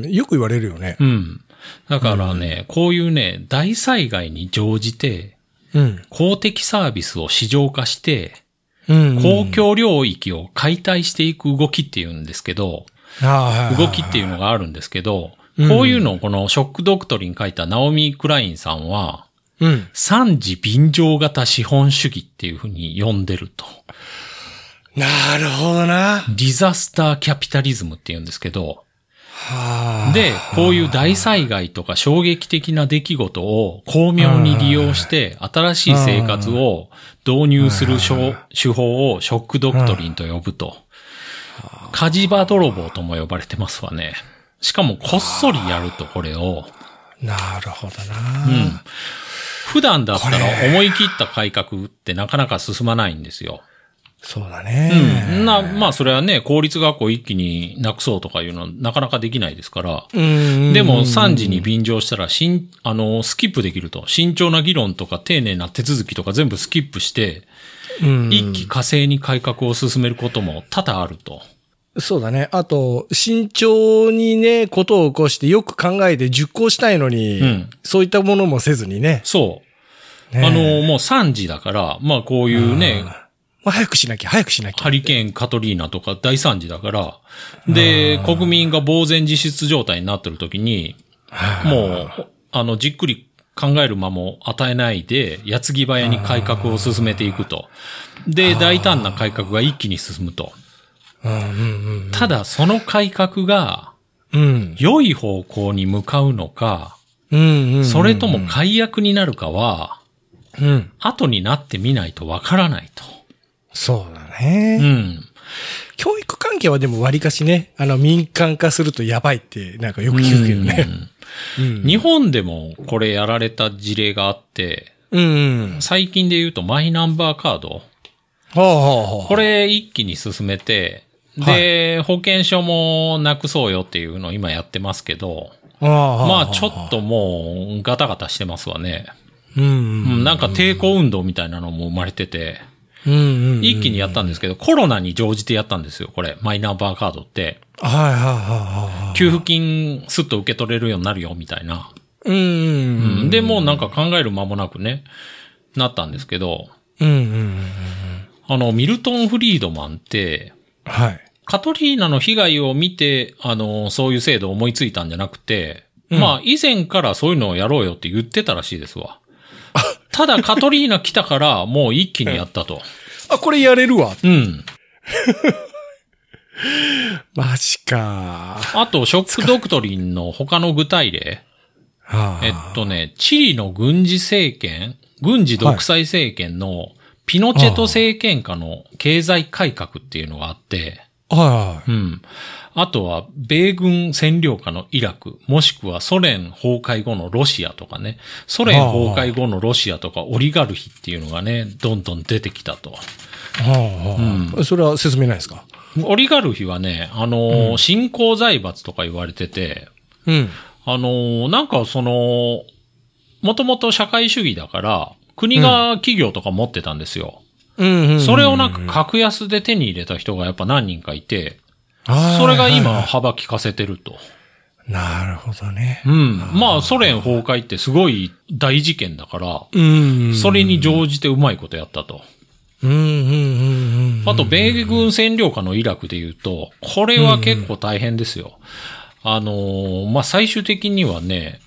[SPEAKER 2] うん。よく言われるよね。
[SPEAKER 3] うん。だからね、こういうね、大災害に乗じて、
[SPEAKER 2] うん。
[SPEAKER 3] 公的サービスを市場化して、
[SPEAKER 2] うん。
[SPEAKER 3] 公。共領域を解体していく動きっていうんですけど、
[SPEAKER 2] ああ。
[SPEAKER 3] 動きっていう
[SPEAKER 2] う。
[SPEAKER 3] のがあるんですけど、
[SPEAKER 2] うん
[SPEAKER 3] こういうのをこのショックドクトリン書いたナオミ・クラインさんは、
[SPEAKER 2] うん。
[SPEAKER 3] 三次便乗型資本主義っていうふうに呼んでると。
[SPEAKER 2] なるほどな。
[SPEAKER 3] ディザスターキャピタリズムって言うんですけど、
[SPEAKER 2] はあ。
[SPEAKER 3] で、こういう大災害とか衝撃的な出来事を巧妙に利用して、新しい生活を導入する手手法をショックドクトリンと呼ぶと。火事場泥棒とも呼ばれてますわね。しかもこっそりやるとこれを、
[SPEAKER 2] なるほど
[SPEAKER 3] うん
[SPEAKER 2] な。
[SPEAKER 3] 普段だったら思い切った改革ってなかなか進まないんですよ。
[SPEAKER 2] そうだ
[SPEAKER 3] うん。
[SPEAKER 2] ね。
[SPEAKER 3] な、まあそれはね、公立学校一気になくそうとかいうのはなかなかできないですから。
[SPEAKER 2] うん。
[SPEAKER 3] でも3時に便乗したら、しん、あの、スキップできると。慎重な議論とか丁寧な手続きとか全部スキップして、
[SPEAKER 2] うん、
[SPEAKER 3] 一気火星に改革を進めることも多々あると。
[SPEAKER 2] そうだね。あと、慎重にね、ことを起こしてよく考えて熟考したいのに、
[SPEAKER 3] うん
[SPEAKER 2] そういったものもせずにね。
[SPEAKER 3] そう。
[SPEAKER 2] ね
[SPEAKER 3] あの、もう3時だから、まあこういうね、
[SPEAKER 2] まあ早くしなきゃ、早くしなきゃ。
[SPEAKER 3] ハリケーンカトリーナとか大惨事だから、で、国民が呆然自失状態になってる時に、もう、あの、じっくり考える間も与えないで、矢継ぎ早に改革を進めていくと。で、大胆な改革が一気に進むと。ただ、その改革が
[SPEAKER 2] うん。
[SPEAKER 3] 良い方向に向かうのか、
[SPEAKER 2] うん、うん。
[SPEAKER 3] それとも解約になるかは、
[SPEAKER 2] うん。
[SPEAKER 3] 後になってみないとわからないと。
[SPEAKER 2] そうだ
[SPEAKER 3] う
[SPEAKER 2] ね、
[SPEAKER 3] ん。
[SPEAKER 2] 教育関係はでも割かしね、あの、民間化するとやばいって、なんかよく聞くけどね。うん。
[SPEAKER 3] 日本でもこれやられた事例があって、
[SPEAKER 2] うん。
[SPEAKER 3] 最近で言うとマイナンバーカード。
[SPEAKER 2] ほうほうほう。
[SPEAKER 3] これ一気に進めて、で、保険証もなくそうよっていうのを今やってますけど、
[SPEAKER 2] ああ、
[SPEAKER 3] ま
[SPEAKER 2] ま
[SPEAKER 3] あちょっ。ともうガタガタしてますわね。
[SPEAKER 2] うん
[SPEAKER 3] う
[SPEAKER 2] うん。
[SPEAKER 3] んなんか抵抗運動みたいなのも生まれてて、
[SPEAKER 2] うんうん、うん。
[SPEAKER 3] 一気にやったんですけど、コロナに乗じてやったんですよ、これ。マイナンバーカードって。
[SPEAKER 2] はいはいはいはいはい。
[SPEAKER 3] 給付金すっと受け取れるようになるよ、みたいな。
[SPEAKER 2] うんうん
[SPEAKER 3] う
[SPEAKER 2] うん。
[SPEAKER 3] んで、もうなんか考える間もなくね、なったんですけど、
[SPEAKER 2] うんうんうん。
[SPEAKER 3] あの、ミルトン・フリードマンって、
[SPEAKER 2] はい。
[SPEAKER 3] カトリーナの被害を見て、あの、そういう制度を思いついたんじゃなくて、
[SPEAKER 2] うん
[SPEAKER 3] まあ、以前からそういうのをやろうよって言ってたらしいです わ。ただ、カトリーナ来たから、もう一気にやったと。
[SPEAKER 2] あ、これやれるわ。
[SPEAKER 3] うん。
[SPEAKER 2] マジか。
[SPEAKER 3] あと、ショックドクトリンの他の具体例。
[SPEAKER 2] はあ
[SPEAKER 3] えっとね、チリの軍事政権、軍事独裁政権の、ピノチェト政権下の経済改革っていうのがあって、
[SPEAKER 2] はいはい。
[SPEAKER 3] うん。あとは、米軍占領下のイラク、もしくはソ連崩壊後のロシアとかね、ソ連崩壊後のロシアとかオリガルヒっていうのがね、どんどん出てきたと。
[SPEAKER 2] はあはあ。それは説明ないですか
[SPEAKER 3] オリガルヒはね、あのー新興財閥とか言われてて、
[SPEAKER 2] うん。
[SPEAKER 3] あのーなんかその、もともと社会主義だから、国が企業とか持ってたんですよ。
[SPEAKER 2] うんうん。
[SPEAKER 3] それをなんか格安で手に入れた人がやっぱ何人かいて、
[SPEAKER 2] はい
[SPEAKER 3] それが
[SPEAKER 2] は
[SPEAKER 3] 今
[SPEAKER 2] いは
[SPEAKER 3] 幅利かせてると。
[SPEAKER 2] いなるほどね
[SPEAKER 3] う。ん。まあ、ソ連崩壊ってすごい大事件だから、
[SPEAKER 2] うん
[SPEAKER 3] それに乗じてうまいことやったと。
[SPEAKER 2] うんうんうんうん。
[SPEAKER 3] あと、米軍占領下のイラクで言うと、これは結構大変ですよ。あのーまあ、最終的にはね、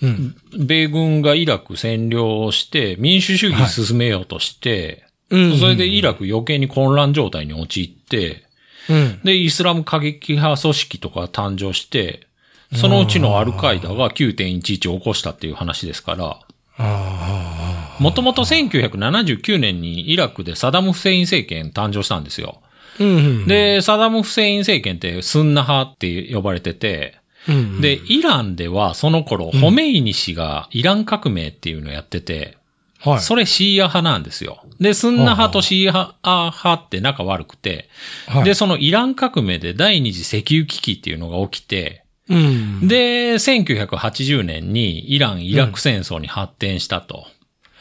[SPEAKER 2] うん。
[SPEAKER 3] 米軍がイラク占領して、民主主義進めようとして、
[SPEAKER 2] うん
[SPEAKER 3] それでイラク余計に混乱状態に陥って、
[SPEAKER 2] うん。
[SPEAKER 3] で、イスラム過激派組織とか誕生して、そのうちのアルカイダが9.11を起こしたっていう話ですから、もともと1979年にイラクでサダム・フセイン政権誕生したんですよ。
[SPEAKER 2] うん。
[SPEAKER 3] で、サダム・フセイン政権ってスンナ派って呼ばれてて、
[SPEAKER 2] うん、
[SPEAKER 3] で、イランではその頃、ホメイニ氏がイラン革命っていうのをやってて、
[SPEAKER 2] はい。
[SPEAKER 3] それシーア派なんですよ。で、スンナ派とシーア派って仲悪くて、
[SPEAKER 2] はい
[SPEAKER 3] で、そのイラン革命で第二次石油危機っていうのが起きて、
[SPEAKER 2] うん。
[SPEAKER 3] で、1980年にイラン・イラク戦争に発展したと。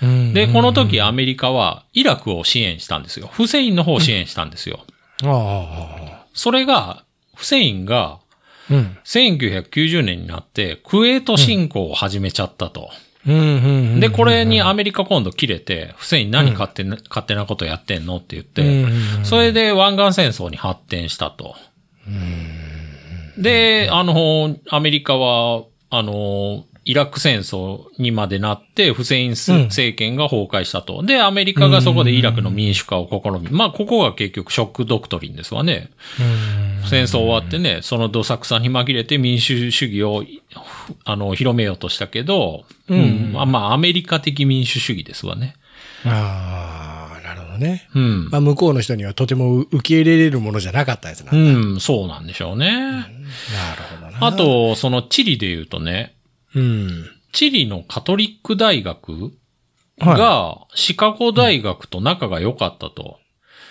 [SPEAKER 2] うん、
[SPEAKER 3] で、この時アメリカはイラクを支援したんですよ。フセインの方を支援したんですよ。
[SPEAKER 2] あ
[SPEAKER 3] それが、フセイン
[SPEAKER 2] あ。
[SPEAKER 3] が
[SPEAKER 2] うん。
[SPEAKER 3] 1990年になってクウェート侵攻を始めちゃったと。
[SPEAKER 2] うん、うん。
[SPEAKER 3] で、これにアメリカ今度切れて、フセイン何勝手な、勝手なことやってんのって言って、
[SPEAKER 2] うん
[SPEAKER 3] それで湾岸戦争に発展したと。で、あの、アメリカは、あの、イラク戦争にまでなって、フセインス
[SPEAKER 2] うん
[SPEAKER 3] 政権が崩壊したと。で、アメリカがそこでイラクの民主化を試み。まあ、ここが結局ショックドクトリンですわね。戦争終わってね、そのどさくさに紛れて民主主義を、ふあの、広めようとしたけど、うん。まあまあ、アメリカ的民主主義ですわね。
[SPEAKER 2] ああ、なるほどね。
[SPEAKER 3] うん。
[SPEAKER 2] まあ、向こうの人にはとても受け入れれるものじゃなかったやつな。
[SPEAKER 3] う
[SPEAKER 2] なる
[SPEAKER 3] ん、そうなんでしょうね。
[SPEAKER 2] ほどな。
[SPEAKER 3] あ、と、そのチリで言うとね、
[SPEAKER 2] うん。
[SPEAKER 3] チリのカトリック大学
[SPEAKER 2] は
[SPEAKER 3] がシカゴ大学と仲が良かったと。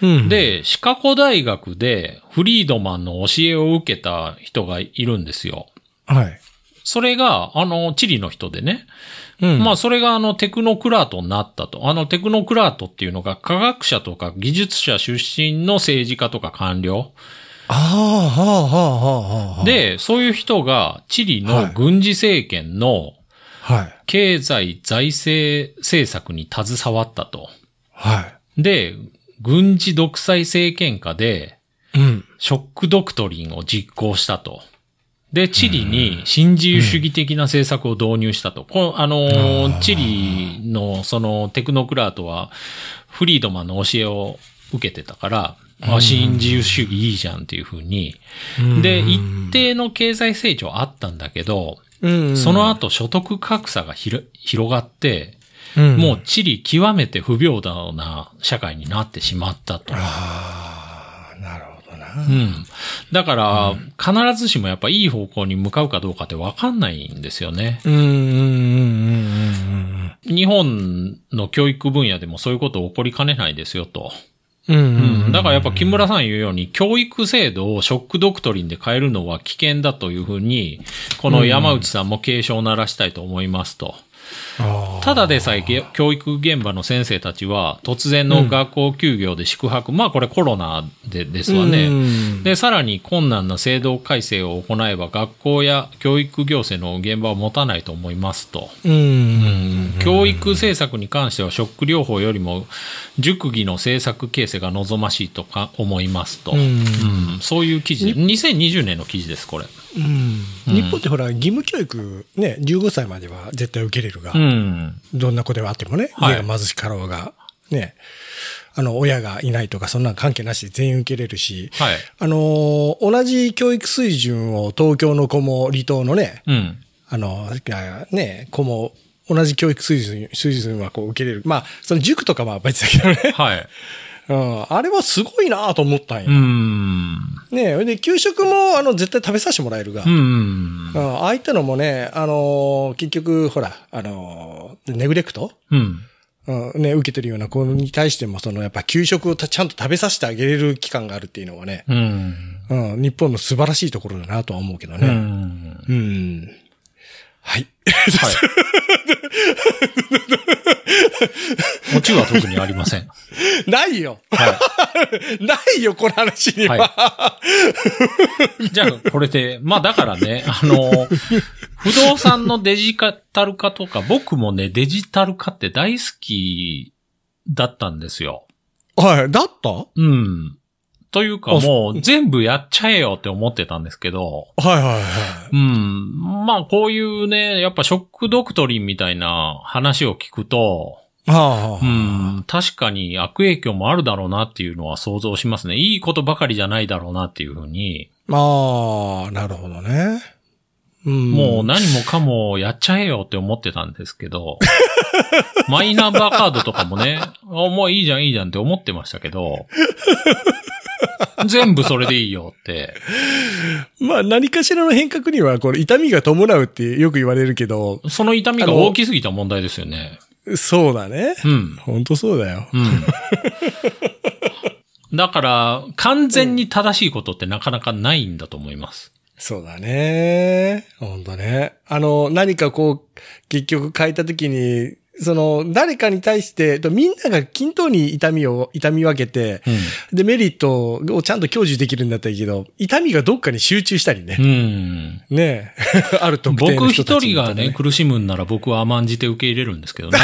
[SPEAKER 2] い、うん、
[SPEAKER 3] で、シカゴ大学でフリードマンの教えを受けた人がいるんですよ。
[SPEAKER 2] はい。
[SPEAKER 3] それが、あの、チリの人でね。
[SPEAKER 2] うん
[SPEAKER 3] まあ、それがあの、テクノクラートになったと。あの、テクノクラートっていうのが科学者とか技術者出身の政治家とか官僚。
[SPEAKER 2] ああ、はあ、はあ、はあ、はあ。、
[SPEAKER 3] で、そういう人がチリの軍事政権の
[SPEAKER 2] はい。
[SPEAKER 3] 経済財政政策に携わったと。
[SPEAKER 2] は
[SPEAKER 3] で、軍事独裁政権下で、
[SPEAKER 2] い。うん。
[SPEAKER 3] ショックドクトリンを実行したと。で、チリに新自由主義的な政策を導入したと。このあのー、チリのそのテクノクラートはフリードマンの教えを受けてたから、あ新自由主義いいじゃんっていうふうに。で、一定の経済成長あったんだけど、
[SPEAKER 2] うん
[SPEAKER 3] その後所得格差がひろ広がって、
[SPEAKER 2] うん
[SPEAKER 3] もうチリ極めて不平等な社会になってしまったと。
[SPEAKER 2] ああ、なるほどな。
[SPEAKER 3] うん。だから、必ずしもやっぱいい方向に向かうかどうかってわかんないんですよね。
[SPEAKER 2] うん、うん、うん、
[SPEAKER 3] 日本の教育分野でもそういうこと起こりかねないですよと。
[SPEAKER 2] うん、うん。うん、
[SPEAKER 3] うん。だからやっぱ木村さん言うように、教育制度をショックドクトリンで変えるのは危険だというふうに、この山内さんも警鐘を鳴らしたいと思いますと。
[SPEAKER 2] あ
[SPEAKER 3] ただでさえげ教育現場の先生たちは突然の学校休業で宿泊、まあこれコロナでですわね、
[SPEAKER 2] うん
[SPEAKER 3] でさらに困難な制度改正を行えば学校や教育行政の現場は持たないと思いますと、
[SPEAKER 2] あ。うん。
[SPEAKER 3] 教育政策に関してはショック療法よりも塾議の政策形成が望ましいとか思いますと、
[SPEAKER 2] うん
[SPEAKER 3] うんそういう記事で2020年の記事ですこれ
[SPEAKER 2] うん。日本ってほら、義務教育、ね、15歳までは絶対受けれるが
[SPEAKER 3] う、ん
[SPEAKER 2] どんな子ではあってもね、
[SPEAKER 3] はい
[SPEAKER 2] 家が貧しかろうが、ね、あの、親がいないとか、そんなん関係なしで全員受けれるし、
[SPEAKER 3] はい
[SPEAKER 2] あのー同じ教育水準を東京の子も離島のね、
[SPEAKER 3] うん
[SPEAKER 2] あの、いやね、子も同じ教育水準、水準はこう受けれる。まあ、その塾とかは別だけどね。
[SPEAKER 3] はい
[SPEAKER 2] うん。あれはすごいなと思ったん
[SPEAKER 3] う
[SPEAKER 2] よ。
[SPEAKER 3] ん
[SPEAKER 2] ねで、給食も、あの、絶対食べさせてもらえるが。
[SPEAKER 3] うん
[SPEAKER 2] うん、ああいったのもね、あのー結局、ほら、あのーネグレクト
[SPEAKER 3] うん
[SPEAKER 2] うん、ね、受けてるような子に対しても、その、やっぱ給食をたちゃんと食べさせてあげれる期間があるっていうのはね、
[SPEAKER 3] うん
[SPEAKER 2] うん、日本の素晴らしいところだなとは思うけど
[SPEAKER 3] う
[SPEAKER 2] ね。
[SPEAKER 3] ん
[SPEAKER 2] うん。はい。
[SPEAKER 3] はい。オチは特にありません。
[SPEAKER 2] ないよ
[SPEAKER 3] は
[SPEAKER 2] ないよ、この話には。
[SPEAKER 3] い。じゃあ、これで、まあだからね、あの、不動産のデジタル化とか、僕もね、デジタル化って大好きだったんですよ。
[SPEAKER 2] はい、だった
[SPEAKER 3] うん。というか
[SPEAKER 2] あ
[SPEAKER 3] もう全部やっちゃえよって思ってたんですけど、
[SPEAKER 2] はいはいはい。
[SPEAKER 3] うん。まあこういうね、やっぱショックドクトリンみたいな話を聞くと、
[SPEAKER 2] はあ、
[SPEAKER 3] うん、確かに悪影響もあるだろうなっていうのは想像しますね。いいことばかりじゃないだろうなっていうふうに、
[SPEAKER 2] ああ、なるほどね。うん、
[SPEAKER 3] もう何もかもやっちゃえよって思ってたんですけど、 マイナンバーカードとかもね、あもういいじゃんいいじゃんって思ってました けど、全部それでいいよって。
[SPEAKER 2] まあ何かしらの変革には、これ痛みが伴うってよく言われるけど、
[SPEAKER 3] その痛みが大きすぎた問題ですよね。
[SPEAKER 2] そうだね。
[SPEAKER 3] うん。
[SPEAKER 2] ほんとそうだよ。
[SPEAKER 3] うん。だから、完全に正しいことってなかなかないんだと思います。
[SPEAKER 2] そうだね。ほんとね。あの、何かこう、結局変えた時に、その、誰かに対して、とみんなが均等に痛みを、痛み分けて、で、メリットをちゃんと享受できるんだったらいいけど、痛みがどっかに集中したりね
[SPEAKER 3] う。ん。
[SPEAKER 2] ね え。ある特定の
[SPEAKER 3] 僕
[SPEAKER 2] 人た
[SPEAKER 3] 一
[SPEAKER 2] ちに
[SPEAKER 3] 人
[SPEAKER 2] とっ
[SPEAKER 3] が
[SPEAKER 2] て
[SPEAKER 3] ね、。苦しむんなら僕は甘んじて受け入れるんですけど ね。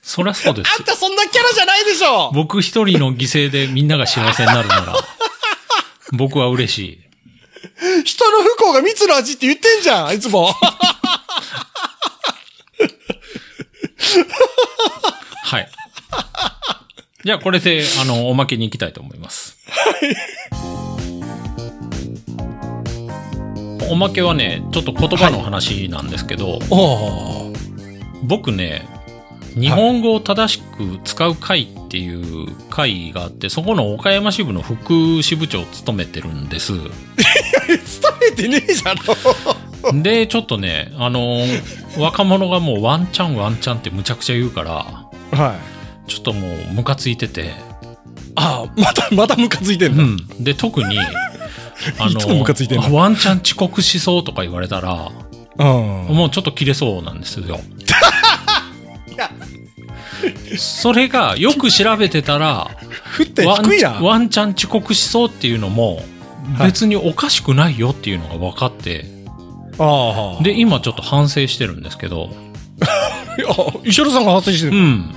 [SPEAKER 3] そりゃそうで
[SPEAKER 2] あ
[SPEAKER 3] す
[SPEAKER 2] ん。たそんなキャラじゃないでしょ
[SPEAKER 3] 僕一人の犠牲でみんなが幸せになるなら、僕は嬉しい。
[SPEAKER 2] 人の不幸が蜜の味って言ってんじゃん、いつ も。
[SPEAKER 3] はい。じゃあこれで、あの、おまけに行きたいと思います。おまけはね、ちょっと言葉の話なんですけど、
[SPEAKER 2] お ー
[SPEAKER 3] 僕ね日本語を正しく使う会っていう会があって、そこの岡山支部の副支部長を務めてる んです。
[SPEAKER 2] 勤めてねえじ ゃろ。
[SPEAKER 3] で、ちょっとね、あの、若者がもうワンチャンワンチャンってむちゃくちゃ言うから、
[SPEAKER 2] はい。
[SPEAKER 3] ちょっともうムカついてて、
[SPEAKER 2] ああ、また、またムカついてる
[SPEAKER 3] う
[SPEAKER 2] の。
[SPEAKER 3] ん。で、特に、あ
[SPEAKER 2] いつもムカついてんの
[SPEAKER 3] ワンチャン遅刻しそうとか言われたら、
[SPEAKER 2] うん。
[SPEAKER 3] もうちょっと切れそうなんです よ。
[SPEAKER 2] いや、
[SPEAKER 3] それがよく調べてたら、
[SPEAKER 2] 降って低いな。
[SPEAKER 3] ワンワンチャン遅刻しそうっていうのも
[SPEAKER 2] はい
[SPEAKER 3] 別におかしくないよっていうのが分かって、
[SPEAKER 2] ああ。
[SPEAKER 3] で、今ちょっと反省してるんですけど、
[SPEAKER 2] あ、石原さんが発生して
[SPEAKER 3] う
[SPEAKER 2] る。
[SPEAKER 3] ん。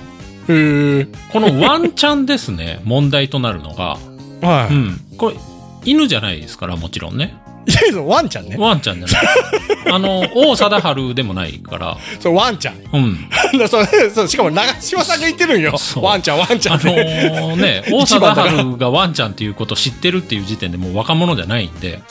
[SPEAKER 2] へえ。
[SPEAKER 3] このワンチャンで すね、問題となるのが、
[SPEAKER 2] は
[SPEAKER 3] う
[SPEAKER 2] い。
[SPEAKER 3] ん。これ、犬じゃないですから、もちろん ね。
[SPEAKER 2] いやいや、ワンちゃんね。
[SPEAKER 3] ワンちゃんじゃない。あの、王貞治でもないから、
[SPEAKER 2] そう、ワンちゃん。
[SPEAKER 3] うん。
[SPEAKER 2] だそうそう、しかも長島さんが言ってるんよ
[SPEAKER 3] そ。う
[SPEAKER 2] ワンちゃん、ワンちゃ
[SPEAKER 3] あ
[SPEAKER 2] んね。
[SPEAKER 3] のね、王
[SPEAKER 2] 一番だから
[SPEAKER 3] 貞治がワンちゃんっていうことを知ってるっていう時点でもう若者じゃないんで。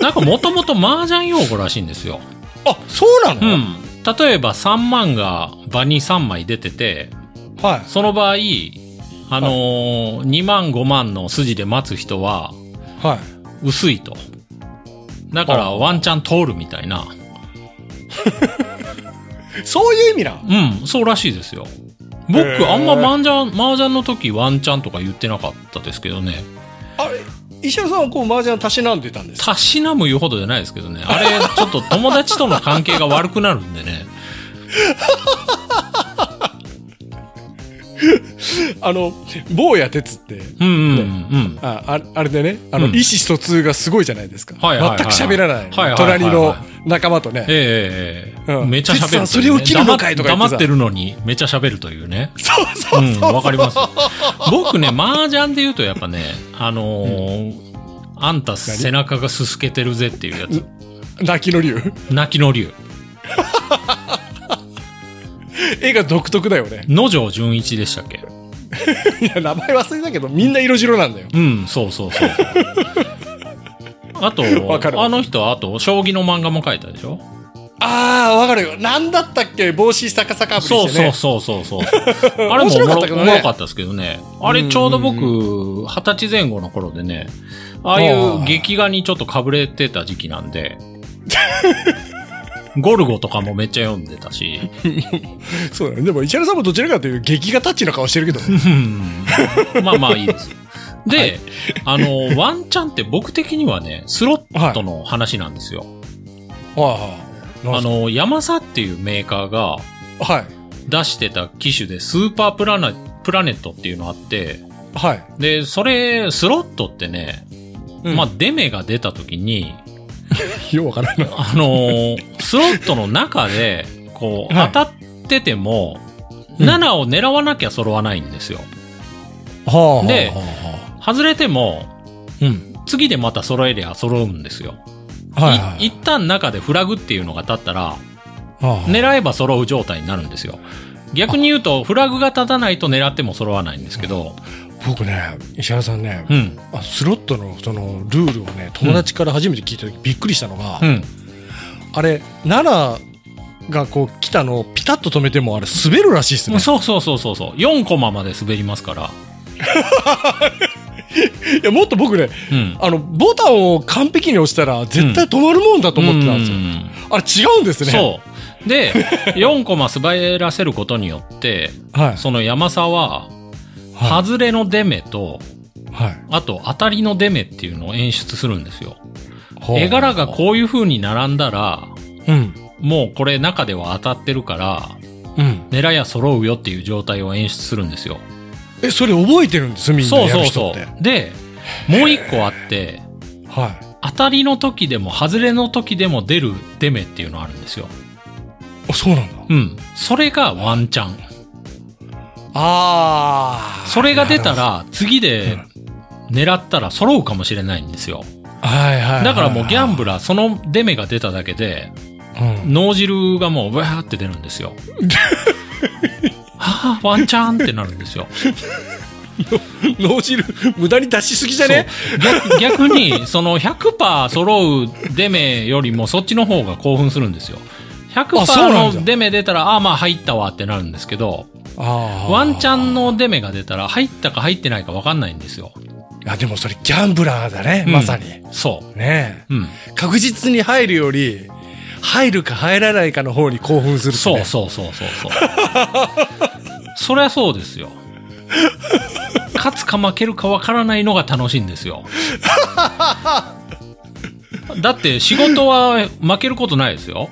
[SPEAKER 3] なんかもともと麻雀用語らしいんですよ。
[SPEAKER 2] あ、そうな
[SPEAKER 3] う
[SPEAKER 2] の
[SPEAKER 3] ん。例えば3万が場に3枚出てて、
[SPEAKER 2] は
[SPEAKER 3] その場合、あの2万5万の筋で待つ人は
[SPEAKER 2] はい。はい。
[SPEAKER 3] 薄いと。だから
[SPEAKER 2] あ
[SPEAKER 3] ワンチャン通るみたいな。
[SPEAKER 2] そういう意味なん。
[SPEAKER 3] うん、そうらしいですよ。僕、
[SPEAKER 2] へー
[SPEAKER 3] あんま麻雀、麻雀の時ワンチャンとか言ってなかったですけどね。
[SPEAKER 2] あれ、石原さんはこう、麻雀たしなんでたんですか
[SPEAKER 3] たしなむ言うほどじゃないですけどね。あれ、ちょっと友達との関係が悪くなるんでね。
[SPEAKER 2] あの、坊や鉄って、
[SPEAKER 3] うんうんうん。
[SPEAKER 2] あああれでね、あの、
[SPEAKER 3] うん
[SPEAKER 2] 意思疎通がすごいじゃないですか。
[SPEAKER 3] はいはいはいはい
[SPEAKER 2] 全く喋らない,、
[SPEAKER 3] はいはいはいはい
[SPEAKER 2] 隣の仲間とね。
[SPEAKER 3] ええええええ
[SPEAKER 2] うん
[SPEAKER 3] めっちゃ
[SPEAKER 2] 哲
[SPEAKER 3] 喋るというね、
[SPEAKER 2] さんそれを切るのかいとか言って
[SPEAKER 3] 黙
[SPEAKER 2] さ
[SPEAKER 3] っ黙ってるのに、めっちゃ喋るというね。
[SPEAKER 2] そうそうう。
[SPEAKER 3] ん、わかります。僕ね、麻雀で言うとやっぱね、あのーあんた背中がすすけてるぜっていうやつ。
[SPEAKER 2] 泣きの竜。
[SPEAKER 3] 泣きの竜。
[SPEAKER 2] 絵が独特だよね。
[SPEAKER 3] 野城純一でしたっけ
[SPEAKER 2] いや、 名前忘れたけど、みんな色白なんだよ。
[SPEAKER 3] うん、そうそうそう。 あと
[SPEAKER 2] わか、る
[SPEAKER 3] あの人、あと、将棋の漫画も書いたでしょ
[SPEAKER 2] あー、わかるよ。なんだったっけ帽子サカサカぶり
[SPEAKER 3] そう
[SPEAKER 2] して
[SPEAKER 3] そう
[SPEAKER 2] ね。
[SPEAKER 3] そうそうそう。 あれもお
[SPEAKER 2] 面白か
[SPEAKER 3] も
[SPEAKER 2] っ
[SPEAKER 3] ろ
[SPEAKER 2] たけどね
[SPEAKER 3] おもろかったですけどね。あ
[SPEAKER 2] う
[SPEAKER 3] れ
[SPEAKER 2] ん
[SPEAKER 3] ちょうど僕、二十歳前後の頃でね、ああい
[SPEAKER 2] あ
[SPEAKER 3] う
[SPEAKER 2] ー
[SPEAKER 3] 劇画にちょっとかぶれてた時期なんで、 ゴルゴとかもめっちゃ読んでた し、
[SPEAKER 2] そうだね。でも、石原さんもどちらかというと、劇画タッチの顔してるけどね。
[SPEAKER 3] まあまあいいです。で、あの、ワンチャンって僕的にはね、スロットの話なんですよ。
[SPEAKER 2] はいはい。
[SPEAKER 3] あ、の、ヤマサっていうメーカーが、
[SPEAKER 2] はい。
[SPEAKER 3] 出してた機種でスーパープラナプラネットっていうのあって、
[SPEAKER 2] はい。
[SPEAKER 3] で、それ、スロットってね、
[SPEAKER 2] うん
[SPEAKER 3] まあ、デメが出た時に、
[SPEAKER 2] ようわからんな。
[SPEAKER 3] あのースロットの中で、こう、
[SPEAKER 2] はい
[SPEAKER 3] 当たってても、
[SPEAKER 2] うん
[SPEAKER 3] 7を狙わなきゃ揃わないんですよ。
[SPEAKER 2] はあ、はあ
[SPEAKER 3] で
[SPEAKER 2] は
[SPEAKER 3] 外れても、
[SPEAKER 2] あうん。
[SPEAKER 3] 次でまた揃えりゃ揃うんですよ。
[SPEAKER 2] はいはい。
[SPEAKER 3] い一旦中でフラグっていうのが立ったら、
[SPEAKER 2] はあ
[SPEAKER 3] 狙えば揃う状態になるんですよ。逆に言うと、フラグが立たないと狙っても揃わないんですけど、
[SPEAKER 2] 僕ね、石原さんね、
[SPEAKER 3] うん、
[SPEAKER 2] あスロットのそのルールをね、友達から初めて聞いた時、びっくりしたのが、
[SPEAKER 3] うん、
[SPEAKER 2] あれ、奈良がこう来たのをピタッと止めてもあれ滑るらしいですね。
[SPEAKER 3] そうそうそうそうそう、4コマまで滑りますから、
[SPEAKER 2] いや、もっと僕ね、
[SPEAKER 3] うん。
[SPEAKER 2] あの、ボタンを完璧に押したら絶対止まるもんだと思ってたんですよ。
[SPEAKER 3] うん
[SPEAKER 2] あれ違うんですね。
[SPEAKER 3] そう。で、4コマ滑らせることによって、
[SPEAKER 2] う。はい。
[SPEAKER 3] その山差は、
[SPEAKER 2] は
[SPEAKER 3] 外れのデメと、
[SPEAKER 2] い。はい
[SPEAKER 3] あと当たりのデメっていうのを演出するんですよ。
[SPEAKER 2] ほう
[SPEAKER 3] 絵柄がこういう風に並んだら、
[SPEAKER 2] うん。
[SPEAKER 3] もうこれ中では当たってるから、
[SPEAKER 2] うん。
[SPEAKER 3] 狙いや揃うよっていう状態を演出するんですよ。
[SPEAKER 2] え、それ覚えてるんですみんな
[SPEAKER 3] そう
[SPEAKER 2] や
[SPEAKER 3] そ
[SPEAKER 2] る
[SPEAKER 3] う
[SPEAKER 2] 人
[SPEAKER 3] そ
[SPEAKER 2] って。
[SPEAKER 3] う。で、もう一個あって、
[SPEAKER 2] はい。
[SPEAKER 3] 当たりの時でも外れの時でも出るデメっていうのあるんですよ。
[SPEAKER 2] あ、そうなんだ。
[SPEAKER 3] うん。それがワンチャン。
[SPEAKER 2] ああ。
[SPEAKER 3] それが出た
[SPEAKER 2] なる
[SPEAKER 3] ら、次で狙ったら揃うかもしれないんです
[SPEAKER 2] ほ
[SPEAKER 3] よ。
[SPEAKER 2] ど。はいはいはいはい。
[SPEAKER 3] だからもうギャンブラー、そのデメが出ただけで、
[SPEAKER 2] うん。
[SPEAKER 3] 脳汁がもうわーって出るんです よ。はぁ、ワンチャンってなるんですよ。
[SPEAKER 2] 脳汁、無駄に出しすぎじゃね
[SPEAKER 3] そう逆逆に、その100%揃うデメよりもそっちの方が興奮するんですよ。
[SPEAKER 2] あそうなんだ
[SPEAKER 3] 100%のデメ出たら、ああーまあ入ったわってなるんですけど、
[SPEAKER 2] あー
[SPEAKER 3] ワンチャンのデメが出たら入ったか入ってないか分かんないんですよ。
[SPEAKER 2] いや、でもそれギャンブラーだね、
[SPEAKER 3] うん
[SPEAKER 2] まさに。
[SPEAKER 3] そ
[SPEAKER 2] ね
[SPEAKER 3] う。うん。
[SPEAKER 2] え。確実に入るより、入るか入らないかの方に興奮するって
[SPEAKER 3] そ
[SPEAKER 2] ね、
[SPEAKER 3] うそうそうそう そう。そりゃそうですよ。勝つか負けるかわからないのが楽しいんですよ。だって仕事は負けることないですよ。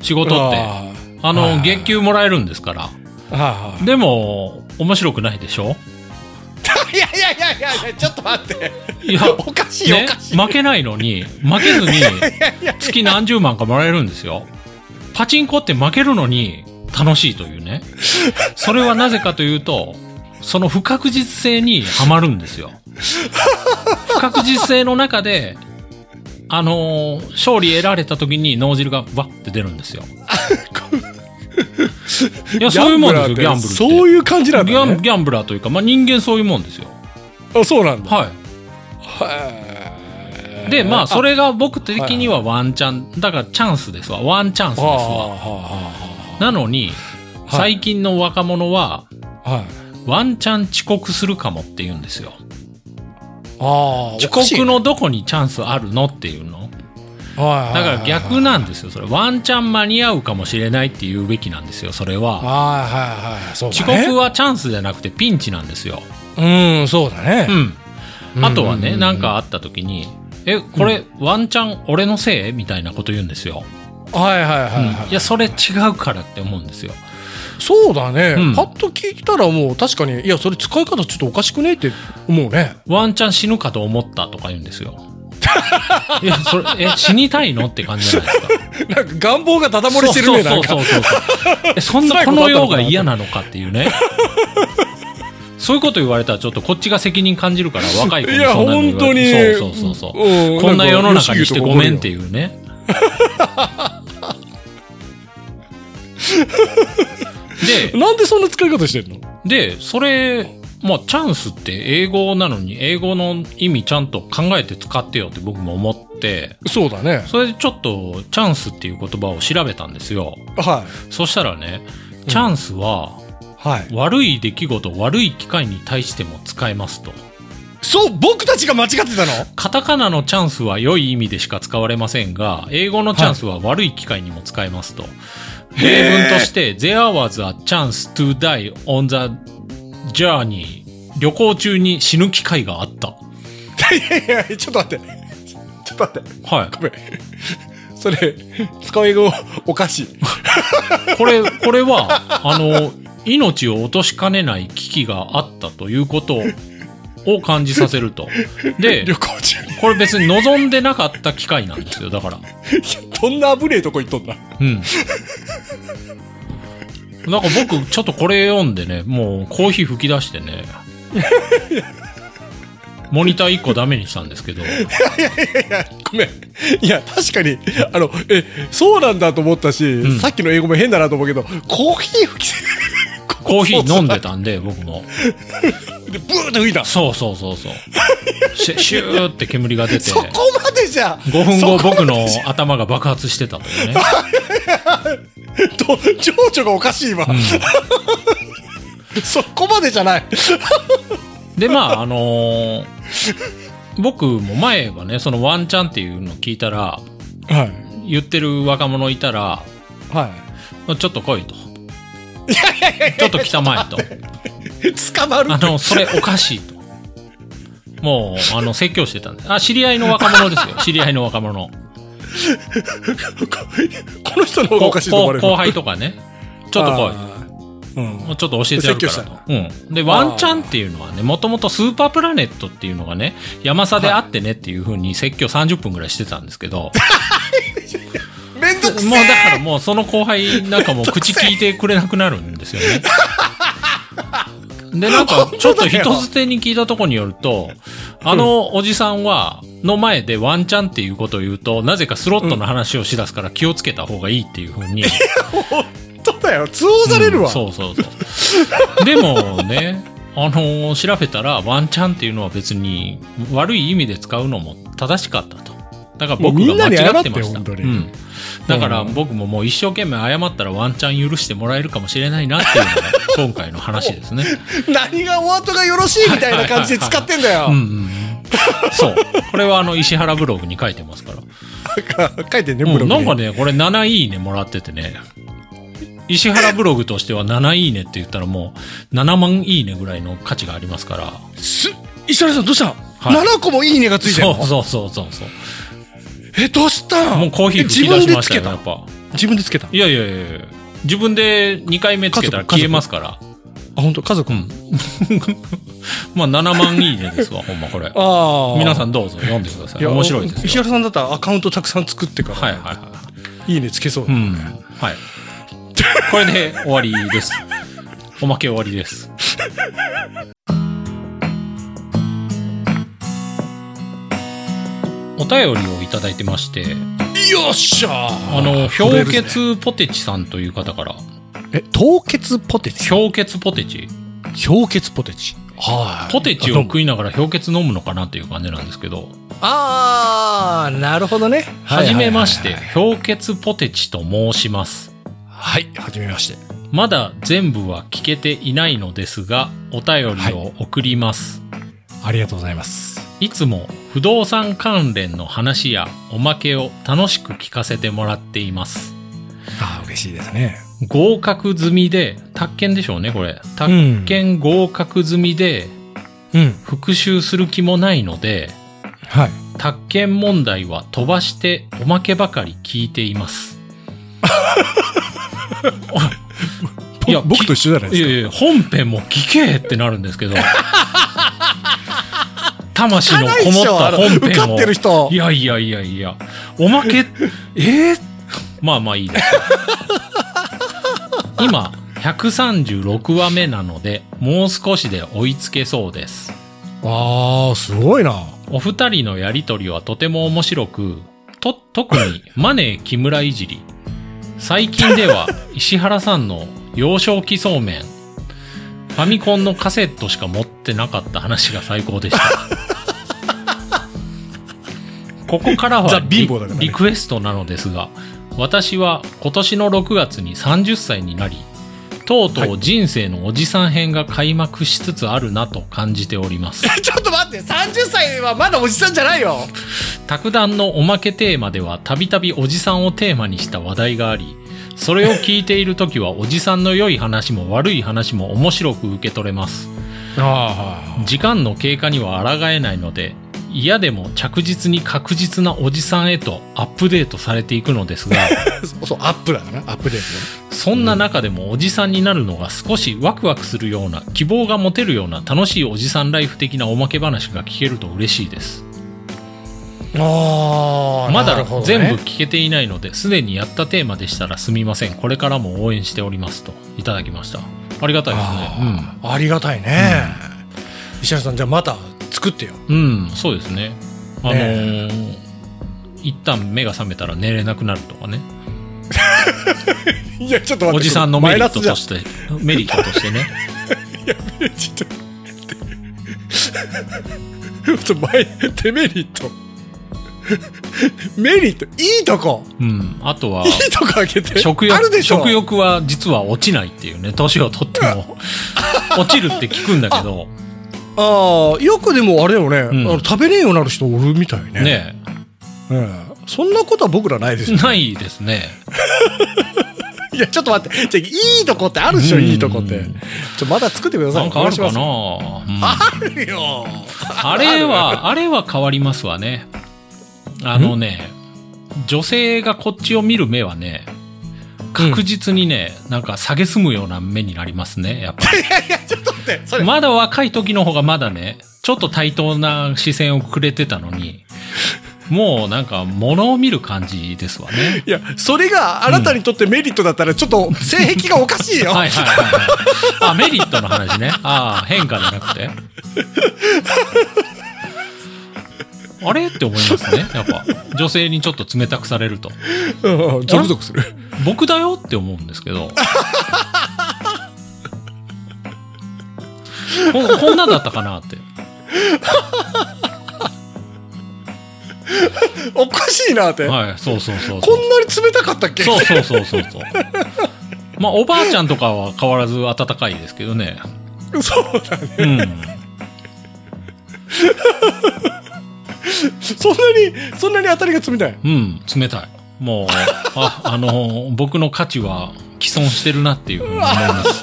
[SPEAKER 3] 仕事って。あ
[SPEAKER 2] あー
[SPEAKER 3] の、
[SPEAKER 2] はい
[SPEAKER 3] 月給もらえるんですから。
[SPEAKER 2] はいはい
[SPEAKER 3] でも、面白くないでしょ
[SPEAKER 2] いやいやいやいやいや、ちょっと待って。
[SPEAKER 3] いや、
[SPEAKER 2] おかしい、
[SPEAKER 3] ね
[SPEAKER 2] おか、しい。
[SPEAKER 3] 負けないのに、負けずに、月何十万かもらえるんですよ。パチンコって負けるのに楽しいというね。それはなぜかというと、その不確実性にはまるんですよ。不確実性の中で、あのー勝利得られた時に脳汁がバッて出るんですよ。いや、そういうもんですよ、ギャンブルって。
[SPEAKER 2] そういう感じなん
[SPEAKER 3] ギャ
[SPEAKER 2] だ、
[SPEAKER 3] ン
[SPEAKER 2] ね。
[SPEAKER 3] ギャンブラーというか、まあ、人間そういうもんですよ。
[SPEAKER 2] あ、そうなんだ。
[SPEAKER 3] はい。
[SPEAKER 2] はい
[SPEAKER 3] で、まあ、それが僕的にはワンチャン、だからチャンスですわ。ワンチャンスです
[SPEAKER 2] はあ
[SPEAKER 3] わ。なのに、最近の若者は、
[SPEAKER 2] はあはあはい。
[SPEAKER 3] ワンチャン遅刻するかもって言うんですよ。
[SPEAKER 2] ああ、
[SPEAKER 3] 遅
[SPEAKER 2] おかしい
[SPEAKER 3] 刻のどこにチャンスあるのっていう
[SPEAKER 2] は
[SPEAKER 3] の。
[SPEAKER 2] い
[SPEAKER 3] だ
[SPEAKER 2] は
[SPEAKER 3] か
[SPEAKER 2] いはい
[SPEAKER 3] ら逆なんですよ、それ。ワンチャン間に合うかもしれないって言うべきなんですよ、それは。
[SPEAKER 2] はいはいはい。そうだ
[SPEAKER 3] 遅
[SPEAKER 2] ね
[SPEAKER 3] 刻はチャンスじゃなくてピンチなんですよ。
[SPEAKER 2] うん、そうだね。
[SPEAKER 3] うん。あとはね、なんかあった時に、え、これ、ワンチャン俺のせいみたいなこと言うんですよ。
[SPEAKER 2] はいはいはいはい。
[SPEAKER 3] いや、それ違うからって思うんですよ。
[SPEAKER 2] そうだね、
[SPEAKER 3] うん
[SPEAKER 2] パッと聞いたらもう確かにいやそれ使い方ちょっとおかしくねって思うね
[SPEAKER 3] ワンチャン死ぬかと思ったとか言うんです よ。いや、それ、え、死にたいのって感じじゃないですか。
[SPEAKER 2] なんか願望がダダ漏れしてる
[SPEAKER 3] そう
[SPEAKER 2] ねなん
[SPEAKER 3] そ
[SPEAKER 2] か
[SPEAKER 3] うそうそうそう。え、そんなこの世が嫌なのかっていうね。そういうこと言われたらちょっとこっちが責任感じるから若い子
[SPEAKER 2] い
[SPEAKER 3] に
[SPEAKER 2] や
[SPEAKER 3] そんなの言
[SPEAKER 2] 本当
[SPEAKER 3] わ
[SPEAKER 2] に
[SPEAKER 3] れそうそうそうそう。
[SPEAKER 2] うん
[SPEAKER 3] こんな世の中にしてごめんって
[SPEAKER 2] う
[SPEAKER 3] い うね。で、
[SPEAKER 2] なんでそんな使い方してんの
[SPEAKER 3] で、それ、まあ、チャンスって英語なのに、英語の意味ちゃんと考えて使ってよって僕も思って、
[SPEAKER 2] そうだね
[SPEAKER 3] それでちょっと、チャンスっていう言葉を調べたんですよ。
[SPEAKER 2] はい
[SPEAKER 3] そしたらね、チャンスは、
[SPEAKER 2] はい
[SPEAKER 3] 悪い出来事、悪い機会に対しても使えますと。
[SPEAKER 2] そう僕たちが間違ってたの
[SPEAKER 3] カタカナのチャンスは良い意味でしか使われませんが、英語のチャンスは悪い機会にも使えますと。例文として、There was a chance to die on the journey. 旅行中に死ぬ機会があった。
[SPEAKER 2] いやいやちょっと待ってちょっと待って
[SPEAKER 3] は
[SPEAKER 2] ごめんそれ使い方おかしい
[SPEAKER 3] い。これ、これは、あの、命を落としかねない危機があったということを感じさせると。で
[SPEAKER 2] 旅、行中に
[SPEAKER 3] これ別に望んでなかった機会なんですよ、だから。
[SPEAKER 2] どんな危ねえとこ行っとんだ
[SPEAKER 3] うん。なんか僕、ちょっとこれ読んでね、もうコーヒー吹き出してね、モニター1個ダメにしたんですけど、
[SPEAKER 2] ごめん。いや、確かに、あの、え、そうなんだと思ったし、
[SPEAKER 3] ん
[SPEAKER 2] さっきの英語も変だなと思うけど、コーヒー吹き、
[SPEAKER 3] コーヒー飲んでたんで、僕も。
[SPEAKER 2] でブーって吹いた。そ
[SPEAKER 3] そうそうそうそう。シュシューって煙が出て、
[SPEAKER 2] こまでじゃ、
[SPEAKER 3] 5分後
[SPEAKER 2] そこ
[SPEAKER 3] 僕の頭が爆発してたというね。
[SPEAKER 2] と、情緒がおかしい今。 そこまでじゃない。
[SPEAKER 3] で、まあ、あのー僕も前はね、そのワンチャンっていうのを聞いたら、
[SPEAKER 2] はい。
[SPEAKER 3] 言ってる若者いたら、
[SPEAKER 2] は
[SPEAKER 3] ちょっと来いと。ちょっと来たまえと。
[SPEAKER 2] い。捕まる
[SPEAKER 3] あの、それおかしいと。もう、あの、説教してたんで。あ、知り合いの若 者ですよ。知り合いの若者。
[SPEAKER 2] この人の方がおかしいと思わ
[SPEAKER 3] 後
[SPEAKER 2] れる。
[SPEAKER 3] 後輩とかね。ちょっと来
[SPEAKER 2] 来
[SPEAKER 3] い。
[SPEAKER 2] い。うん。
[SPEAKER 3] もうちょっと教えてやるか
[SPEAKER 2] 説
[SPEAKER 3] ら
[SPEAKER 2] 教
[SPEAKER 3] と。うん。で、ワンチャンっていうのはね、もともとスーパープラネットっていうのがね、山さであってねっていう風に説教30分ぐらいしてたんですけど、
[SPEAKER 2] めんどくせ
[SPEAKER 3] もうだから
[SPEAKER 2] え
[SPEAKER 3] もうその後輩なんかもう口聞いてくれなくなるんですよね。で、なんかちょっと人づてに聞いたとこによると、あのおじさんは、の前でワンチャンっていうことを言うと、なぜかスロットの話をしだすから気をつけた方がいいっていう風に。
[SPEAKER 2] そうだよ。通報されるわ。
[SPEAKER 3] うんそうそうそう。でもね、 あのー調べたら、ワンチャンっていうのは別に悪い意味で使うのも正しかったと。だから僕
[SPEAKER 2] もうみ
[SPEAKER 3] が
[SPEAKER 2] んなに謝っ
[SPEAKER 3] 間違っ
[SPEAKER 2] て
[SPEAKER 3] てました。
[SPEAKER 2] 本当に
[SPEAKER 3] うん。だから僕ももう一生懸命謝ったらワンチャン許してもらえるかもしれないなっていうのが今回の話です ね。
[SPEAKER 2] 何がお後がよろしいみたいな感じで使ってんだよ
[SPEAKER 3] うん。うんうん。そう。これはあの石原ブログに書いてますから。
[SPEAKER 2] 書いてんね、ブログ
[SPEAKER 3] う
[SPEAKER 2] に
[SPEAKER 3] ん、なんかね、これ7いいねもらっててね。石原ブログとしては7いいねって言ったらもう7万いいねぐらいの価値がありますから。
[SPEAKER 2] す石原さんどうした
[SPEAKER 3] はい
[SPEAKER 2] 7個もいいねがついてる
[SPEAKER 3] そ
[SPEAKER 2] の
[SPEAKER 3] うそうそうそうそう。
[SPEAKER 2] えどうした
[SPEAKER 3] もうコーヒー吹き
[SPEAKER 2] え
[SPEAKER 3] 出
[SPEAKER 2] 自
[SPEAKER 3] し
[SPEAKER 2] 分
[SPEAKER 3] ま
[SPEAKER 2] で
[SPEAKER 3] し
[SPEAKER 2] つ
[SPEAKER 3] た
[SPEAKER 2] け
[SPEAKER 3] よ、
[SPEAKER 2] た
[SPEAKER 3] やっぱ。
[SPEAKER 2] 自分でつけた
[SPEAKER 3] いやいやいやいや自分で2回目つけた
[SPEAKER 2] 家
[SPEAKER 3] ら
[SPEAKER 2] 族
[SPEAKER 3] 消えますから。
[SPEAKER 2] あ本当家族
[SPEAKER 3] うん。まあ7万いいねですわ、ほんまこれ。
[SPEAKER 2] ああ
[SPEAKER 3] 皆さ
[SPEAKER 2] ん
[SPEAKER 3] んどうぞ読んでください。面白いです
[SPEAKER 2] 石
[SPEAKER 3] よ。
[SPEAKER 2] 原さんだったらアカウントたくさん作ってから、、
[SPEAKER 3] はいはいはい
[SPEAKER 2] いねつけそう
[SPEAKER 3] い。うん。はい。これで終わり です。おまけ終わりです。お便りをいただいてまして、
[SPEAKER 2] よっしゃー
[SPEAKER 3] あの、
[SPEAKER 2] 震え
[SPEAKER 3] 氷
[SPEAKER 2] るぜ
[SPEAKER 3] 結ポテチさんという方から、
[SPEAKER 2] え凍結ポテチ
[SPEAKER 3] 氷結ポテチ
[SPEAKER 2] 氷結ポテチはい
[SPEAKER 3] ポテチを食いながら氷結飲むのかなっていう感じなんですけど、
[SPEAKER 2] ああなるほどね
[SPEAKER 3] はじめまし
[SPEAKER 2] はい
[SPEAKER 3] て、氷結ポテチと申します。
[SPEAKER 2] はいはいはじめまして
[SPEAKER 3] まだ全部は聞けていないのですが、お便りを送ります。
[SPEAKER 2] ありがとうございます
[SPEAKER 3] いつも不動産関連の話やおまけを楽しく聞かせてもらっています。
[SPEAKER 2] ああ嬉しいですね
[SPEAKER 3] 合格済みで、宅建でしょうね、これ。
[SPEAKER 2] ん
[SPEAKER 3] 宅建合格済みで、
[SPEAKER 2] うん
[SPEAKER 3] 復習する気もないので、
[SPEAKER 2] はい
[SPEAKER 3] 宅建問題は飛ばしておまけばかり聞いています。いや
[SPEAKER 2] 僕と一緒じゃないです
[SPEAKER 3] いや
[SPEAKER 2] か
[SPEAKER 3] いや、本編も聞けってなるんで すけど。魂のこもった本
[SPEAKER 2] 受か
[SPEAKER 3] 編
[SPEAKER 2] っ
[SPEAKER 3] を
[SPEAKER 2] て。る人
[SPEAKER 3] いやいやいやいや、おま け、えーまあまあいいです。今、136話目なので、もう少しで追いつけそうです。
[SPEAKER 2] ああす ごいな
[SPEAKER 3] お二人のやりとりはとても面白く、と、特にマネー木村いじり。最近では石原さんの幼少期そうめん、ファミコンのカセットしか持ってなかった話が最高でした。 ここからは
[SPEAKER 2] ザ
[SPEAKER 3] リ
[SPEAKER 2] 貧乏だからね
[SPEAKER 3] リクエストなのですが、私は今年の6月に30歳になり、とうとう人生のおじさん編が開幕しつつあるなと感じております。
[SPEAKER 2] ちょっと待って30歳はまだおじさんじゃないよ
[SPEAKER 3] 卓談のおまけテーマではたびたびおじさんをテーマにした話題がありそれを聞いている時はおじさんの良い話も悪い話も面白く受け取れます
[SPEAKER 2] あ
[SPEAKER 3] 時間の経過には抗えないので嫌でも着実に確実なおじさんへとアップデートされていくのですが
[SPEAKER 2] あそうアップだからアップデー
[SPEAKER 3] そんな中でもおじさんになるのが少しワクワクするような希望が持てるような楽しいおじさんライフ的なおまけ話が聞けると嬉しいです
[SPEAKER 2] ト
[SPEAKER 4] あー
[SPEAKER 3] ま
[SPEAKER 4] な
[SPEAKER 3] だ
[SPEAKER 4] るほどね
[SPEAKER 3] 全部聞けていないのですでにやったテーマでしたらすみませんこれからも応援しておりますといただきましたありがたいですね
[SPEAKER 4] あ,、ありがたいね、石原さんじゃあまた作ってよ
[SPEAKER 3] うん、うん、そうですねあの
[SPEAKER 4] ね
[SPEAKER 3] ー一旦目が覚めたら寝れなくなるとかね
[SPEAKER 2] いやちょっと待って
[SPEAKER 3] おじさんのメリット
[SPEAKER 2] マイナ
[SPEAKER 3] と
[SPEAKER 2] ス
[SPEAKER 3] してメリットとしてね
[SPEAKER 2] じゃんちょっと待ってちょっ とマイデメリットメリットいいとこ
[SPEAKER 3] うんあとはい
[SPEAKER 2] いとこあげて
[SPEAKER 3] 食
[SPEAKER 2] あるで
[SPEAKER 3] 欲
[SPEAKER 2] しょ
[SPEAKER 3] 食欲は実は落ちないっていうね年を取って も落ちるって聞くんだけど
[SPEAKER 4] ああよくでもあれよね、
[SPEAKER 3] ん
[SPEAKER 4] あの食べれんようになる人おるみたいね
[SPEAKER 3] ね
[SPEAKER 4] うんそんなことは僕らないです よ
[SPEAKER 3] ないですね
[SPEAKER 4] いやちょっと待ってじゃあいいとこってあるでしょ
[SPEAKER 3] うん
[SPEAKER 4] いいとこってちょまだ作ってください
[SPEAKER 3] なんかあるかな、
[SPEAKER 4] お
[SPEAKER 3] う
[SPEAKER 4] 願い
[SPEAKER 3] ん
[SPEAKER 4] しますあるよ
[SPEAKER 3] あれは、あれは変わりますわね。あのね、女性がこっちを見る目はね、確実にね、なんか下げすむような目になりますね、やっぱり。
[SPEAKER 4] 待ってそれ
[SPEAKER 3] まだ若い時の方がまだね、ちょっと対等な視線をくれてたのに、もうなんか物を見る感じですわね。
[SPEAKER 2] いや
[SPEAKER 4] それがあなたにとってメリットだったらちょっと性癖がおかしいよ、
[SPEAKER 3] はいはいはいはい。あ、メリットの話ね。ああ、変化じゃなくて。あれって思いますね。やっぱ。女性にちょっと冷たくされると。
[SPEAKER 2] うんゾクゾクする
[SPEAKER 3] 僕だよって思うんですけど。ここんなだったかなって。
[SPEAKER 4] おかしいなって、
[SPEAKER 3] はい、そうそうそうそ
[SPEAKER 4] こ
[SPEAKER 3] う。
[SPEAKER 4] んなに冷たかったっけ
[SPEAKER 3] そうそうそうそうそう。まあ、おばあちゃんとかは変わらず温かいですけどね。
[SPEAKER 2] そうだね
[SPEAKER 3] うん。
[SPEAKER 2] そんなにそんなに当たりが冷たい
[SPEAKER 3] うん、冷たい。もう、あ、あのー僕の価値は既存してるなっていうふうに思います。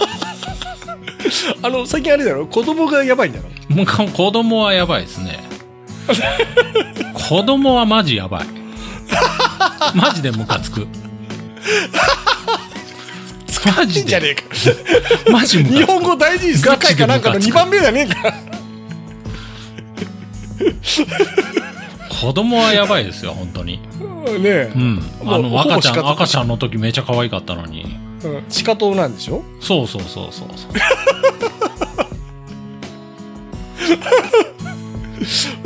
[SPEAKER 2] あの最近あれだろ子供がやばいんだろ
[SPEAKER 3] もうか子供はやばいですね。子供はマジやばい。マジでムカつく。マ
[SPEAKER 2] いい
[SPEAKER 3] ジ
[SPEAKER 2] んじゃ
[SPEAKER 3] で、
[SPEAKER 2] ねえか
[SPEAKER 3] マジム
[SPEAKER 2] 日
[SPEAKER 3] カつく。
[SPEAKER 2] 本語大事にする回かなんかの
[SPEAKER 3] ガチで
[SPEAKER 2] 2番
[SPEAKER 3] ムカ
[SPEAKER 2] 目じゃねえか
[SPEAKER 3] 子供はやばいですよ、本当に。
[SPEAKER 2] ねえ
[SPEAKER 3] うん。あ
[SPEAKER 2] もうほ
[SPEAKER 3] の、
[SPEAKER 2] ぼ
[SPEAKER 3] 赤ちゃ
[SPEAKER 2] 仕方
[SPEAKER 3] ん、
[SPEAKER 2] ない
[SPEAKER 3] 赤ちゃんの時めちゃ可愛かったのに。
[SPEAKER 2] うん地下党なんでしょ
[SPEAKER 3] そうそうそうそうそ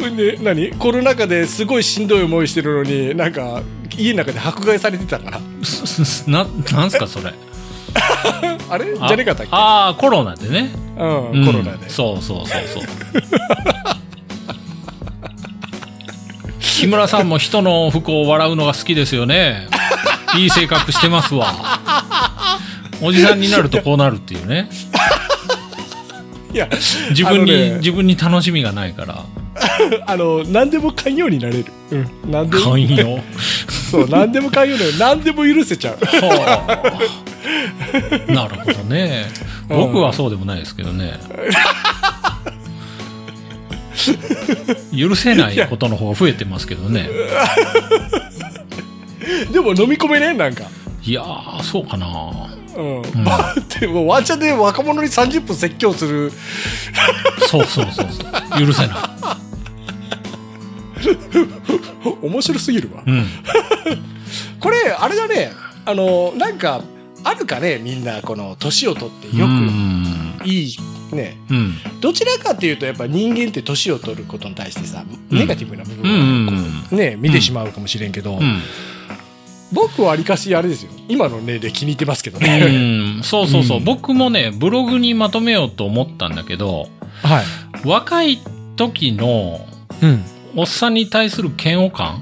[SPEAKER 3] う。
[SPEAKER 2] で何コロナ禍ですごいしんどい思いしてるのになんか家の中で迫害されてたから
[SPEAKER 3] すすすな、なんすかそれ。
[SPEAKER 2] あれじ
[SPEAKER 3] あ
[SPEAKER 2] ゃねえかったっけ
[SPEAKER 3] ああ、コロナでね。
[SPEAKER 2] う
[SPEAKER 3] うん
[SPEAKER 2] ん、コロナで、
[SPEAKER 3] そうそうそうそう 木村さんも人の不幸を笑うのが好きですよねいい性格してますわおじさんになるとこうなるっていうね
[SPEAKER 2] いや
[SPEAKER 3] 自分に、
[SPEAKER 2] あのね
[SPEAKER 3] 自分に楽しみがないから
[SPEAKER 2] あの何でも寛容になれる、うん、何でも
[SPEAKER 3] 寛容
[SPEAKER 2] そう何でも寛容なの何でも許せちゃう
[SPEAKER 3] はあなるほどね僕はそうでもないですけ どね許せないことの方が増えてますけどね
[SPEAKER 2] でも飲み込めねなんか、
[SPEAKER 3] いやーそうかな
[SPEAKER 2] うんバーってもうワンチャンで若者に30分説教する
[SPEAKER 3] そうそうそうそう許せない
[SPEAKER 2] 面白すぎるわ
[SPEAKER 3] うん
[SPEAKER 2] これあれだねあのなんかあるかねみんなこの年を取ってよ
[SPEAKER 3] うん
[SPEAKER 2] くいいね
[SPEAKER 3] うん
[SPEAKER 2] どちらかというとやっぱ人間って年を取ることに対してさ
[SPEAKER 3] うん
[SPEAKER 2] ネガティブな部
[SPEAKER 3] うんう
[SPEAKER 2] 分をこ
[SPEAKER 3] ん
[SPEAKER 2] うね見てしまうかもしれんけど、
[SPEAKER 3] うん
[SPEAKER 2] 僕はありかしあれですよ今の年齢気に入ってますけど
[SPEAKER 3] う
[SPEAKER 2] ね、
[SPEAKER 3] んそうそうそう、
[SPEAKER 2] うん
[SPEAKER 3] 僕もねブログにまとめようと思ったんだけど
[SPEAKER 2] はい、
[SPEAKER 3] 若い時の
[SPEAKER 2] うん
[SPEAKER 3] おっさんに対する嫌悪感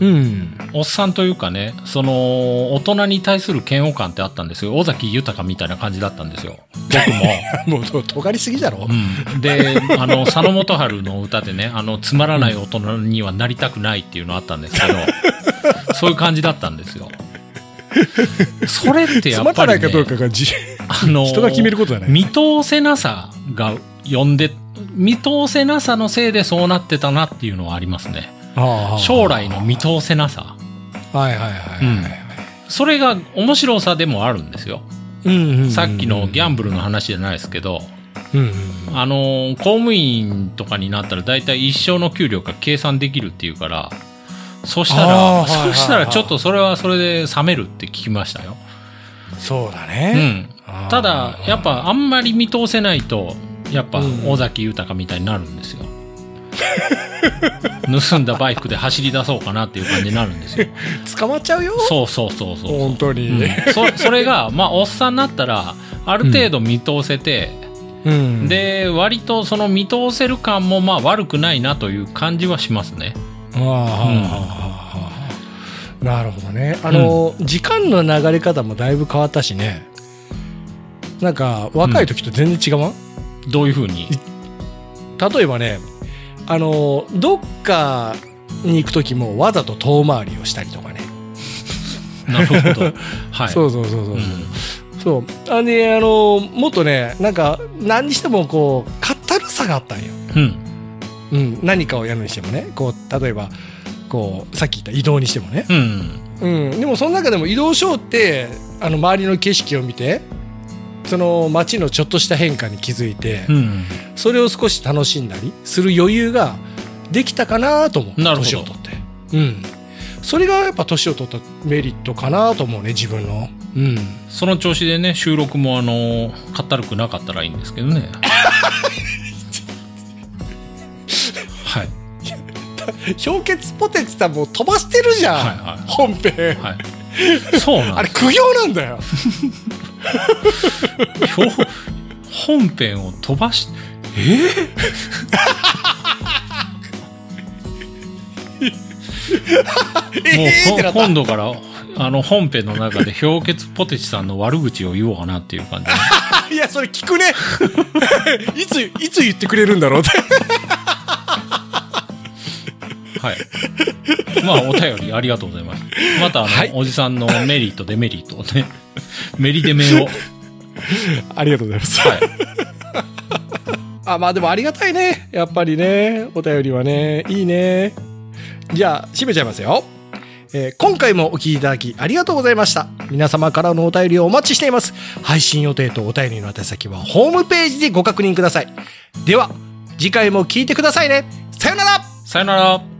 [SPEAKER 2] うん、
[SPEAKER 3] おっさんというかねその大人に対する嫌悪感ってあったんですよ尾崎豊みたいな感じだったんですよ僕も、
[SPEAKER 2] もうと尖りすぎだろ、
[SPEAKER 3] う ん、であの佐野元春の歌でねあのつまらない大人にはなりたくないっていうのあったんですけど そういう感じだったんですよそれって
[SPEAKER 2] つ
[SPEAKER 3] や
[SPEAKER 2] まら
[SPEAKER 3] っぱ
[SPEAKER 2] な
[SPEAKER 3] り、
[SPEAKER 2] い
[SPEAKER 3] ね
[SPEAKER 2] かどうかがじ、
[SPEAKER 3] あの
[SPEAKER 2] 人が決めることじゃない、
[SPEAKER 3] 見通せなさが呼んで見通せなさのせいでそうなってたなっていうのはありますね
[SPEAKER 2] ああ
[SPEAKER 3] 将来の見通せなさ
[SPEAKER 2] はいはいはいはいはい
[SPEAKER 3] それが面白さでもあるんですよ。
[SPEAKER 2] うんうんうん
[SPEAKER 3] さっきのギャンブルの話じゃないですけど、
[SPEAKER 2] うん
[SPEAKER 3] あのー公務員とかになったら大体一生の給料が計算できるっていうからそした
[SPEAKER 2] あ
[SPEAKER 3] ら
[SPEAKER 2] ーはいはいは
[SPEAKER 3] そ
[SPEAKER 2] い
[SPEAKER 3] したらちょっとそれはそれで冷めるって聞きましたよ、
[SPEAKER 2] そうだ
[SPEAKER 3] う
[SPEAKER 2] ね、
[SPEAKER 3] ん
[SPEAKER 2] あー、
[SPEAKER 3] ただやっぱあんまり見通せないとやっぱ
[SPEAKER 2] うん
[SPEAKER 3] 尾崎豊みたいになるんですよ 盗んだバイクで走り出そうかなっていう感じになるんですよ
[SPEAKER 2] 捕まっちゃうよ
[SPEAKER 3] そうそうそうそうそう
[SPEAKER 2] 本当に、
[SPEAKER 3] うんそそれがまあおっさんになったらある程度見通せて、
[SPEAKER 2] うん
[SPEAKER 3] で割とその見通せる感もまあ悪くないなという感じはしますね
[SPEAKER 2] ああ、ああなるほどねあの、時間の流れ方もだいぶ変わったしねなんか若い時と全然違わん、
[SPEAKER 3] どういうふ うに
[SPEAKER 2] 例えばねあのどっかに行く時もわざと遠回りをしたりとかね、
[SPEAKER 3] なるほどはい
[SPEAKER 2] そうそうそうそう、
[SPEAKER 3] うん
[SPEAKER 2] そうあのねあのもっとねなんか何にしてもこうかったるさがあったんよ、
[SPEAKER 3] うん
[SPEAKER 2] うん、何かをやるにしてもねこう例えばこうさっき言った移動にしてもね、
[SPEAKER 3] うん
[SPEAKER 2] うん、でもその中でも移動ショーってあの周りの景色を見てその街のちょっとした変化に気づいて、
[SPEAKER 3] うん
[SPEAKER 2] それを少し楽しんだりする余裕ができたかなと思う
[SPEAKER 3] なるほど
[SPEAKER 2] 年を取って、うん、それがやっぱ年を取ったメリットかなと思うね自分の、うん、
[SPEAKER 3] その調子でね収録もあのかったるくなかったらいいんですけどねはい
[SPEAKER 2] 氷結ポテチさんもう飛ばしてるじゃん、
[SPEAKER 3] はいはい
[SPEAKER 2] 本編、
[SPEAKER 3] はいそうな
[SPEAKER 2] あ
[SPEAKER 3] ん
[SPEAKER 2] れ
[SPEAKER 3] です
[SPEAKER 2] 苦行なんだよ
[SPEAKER 3] よ本編を飛ばし
[SPEAKER 2] え
[SPEAKER 3] もう
[SPEAKER 2] えってな
[SPEAKER 3] こ
[SPEAKER 2] った
[SPEAKER 3] 今度からあの本編の中で氷結ポテチさんの悪口を言おうかなっていう感じ
[SPEAKER 2] いやそれ聞くね いついつ言ってくれるんだろうって
[SPEAKER 3] はいまあお便りありがとうございますまたあの、
[SPEAKER 2] はい
[SPEAKER 3] おじさんのメリットデメリットをねメリデメを、はい、
[SPEAKER 2] ありがとうございますあまあでもありがたいねやっぱりねお便りはねいいねじゃあ締めちゃいますよ、えー今回もお聞きいただきありがとうございました皆様からのお便りをお待ちしています配信予定とお便りの宛先はホームページでご確認くださいでは次回も聞いてくださいねさよなら
[SPEAKER 3] さよなら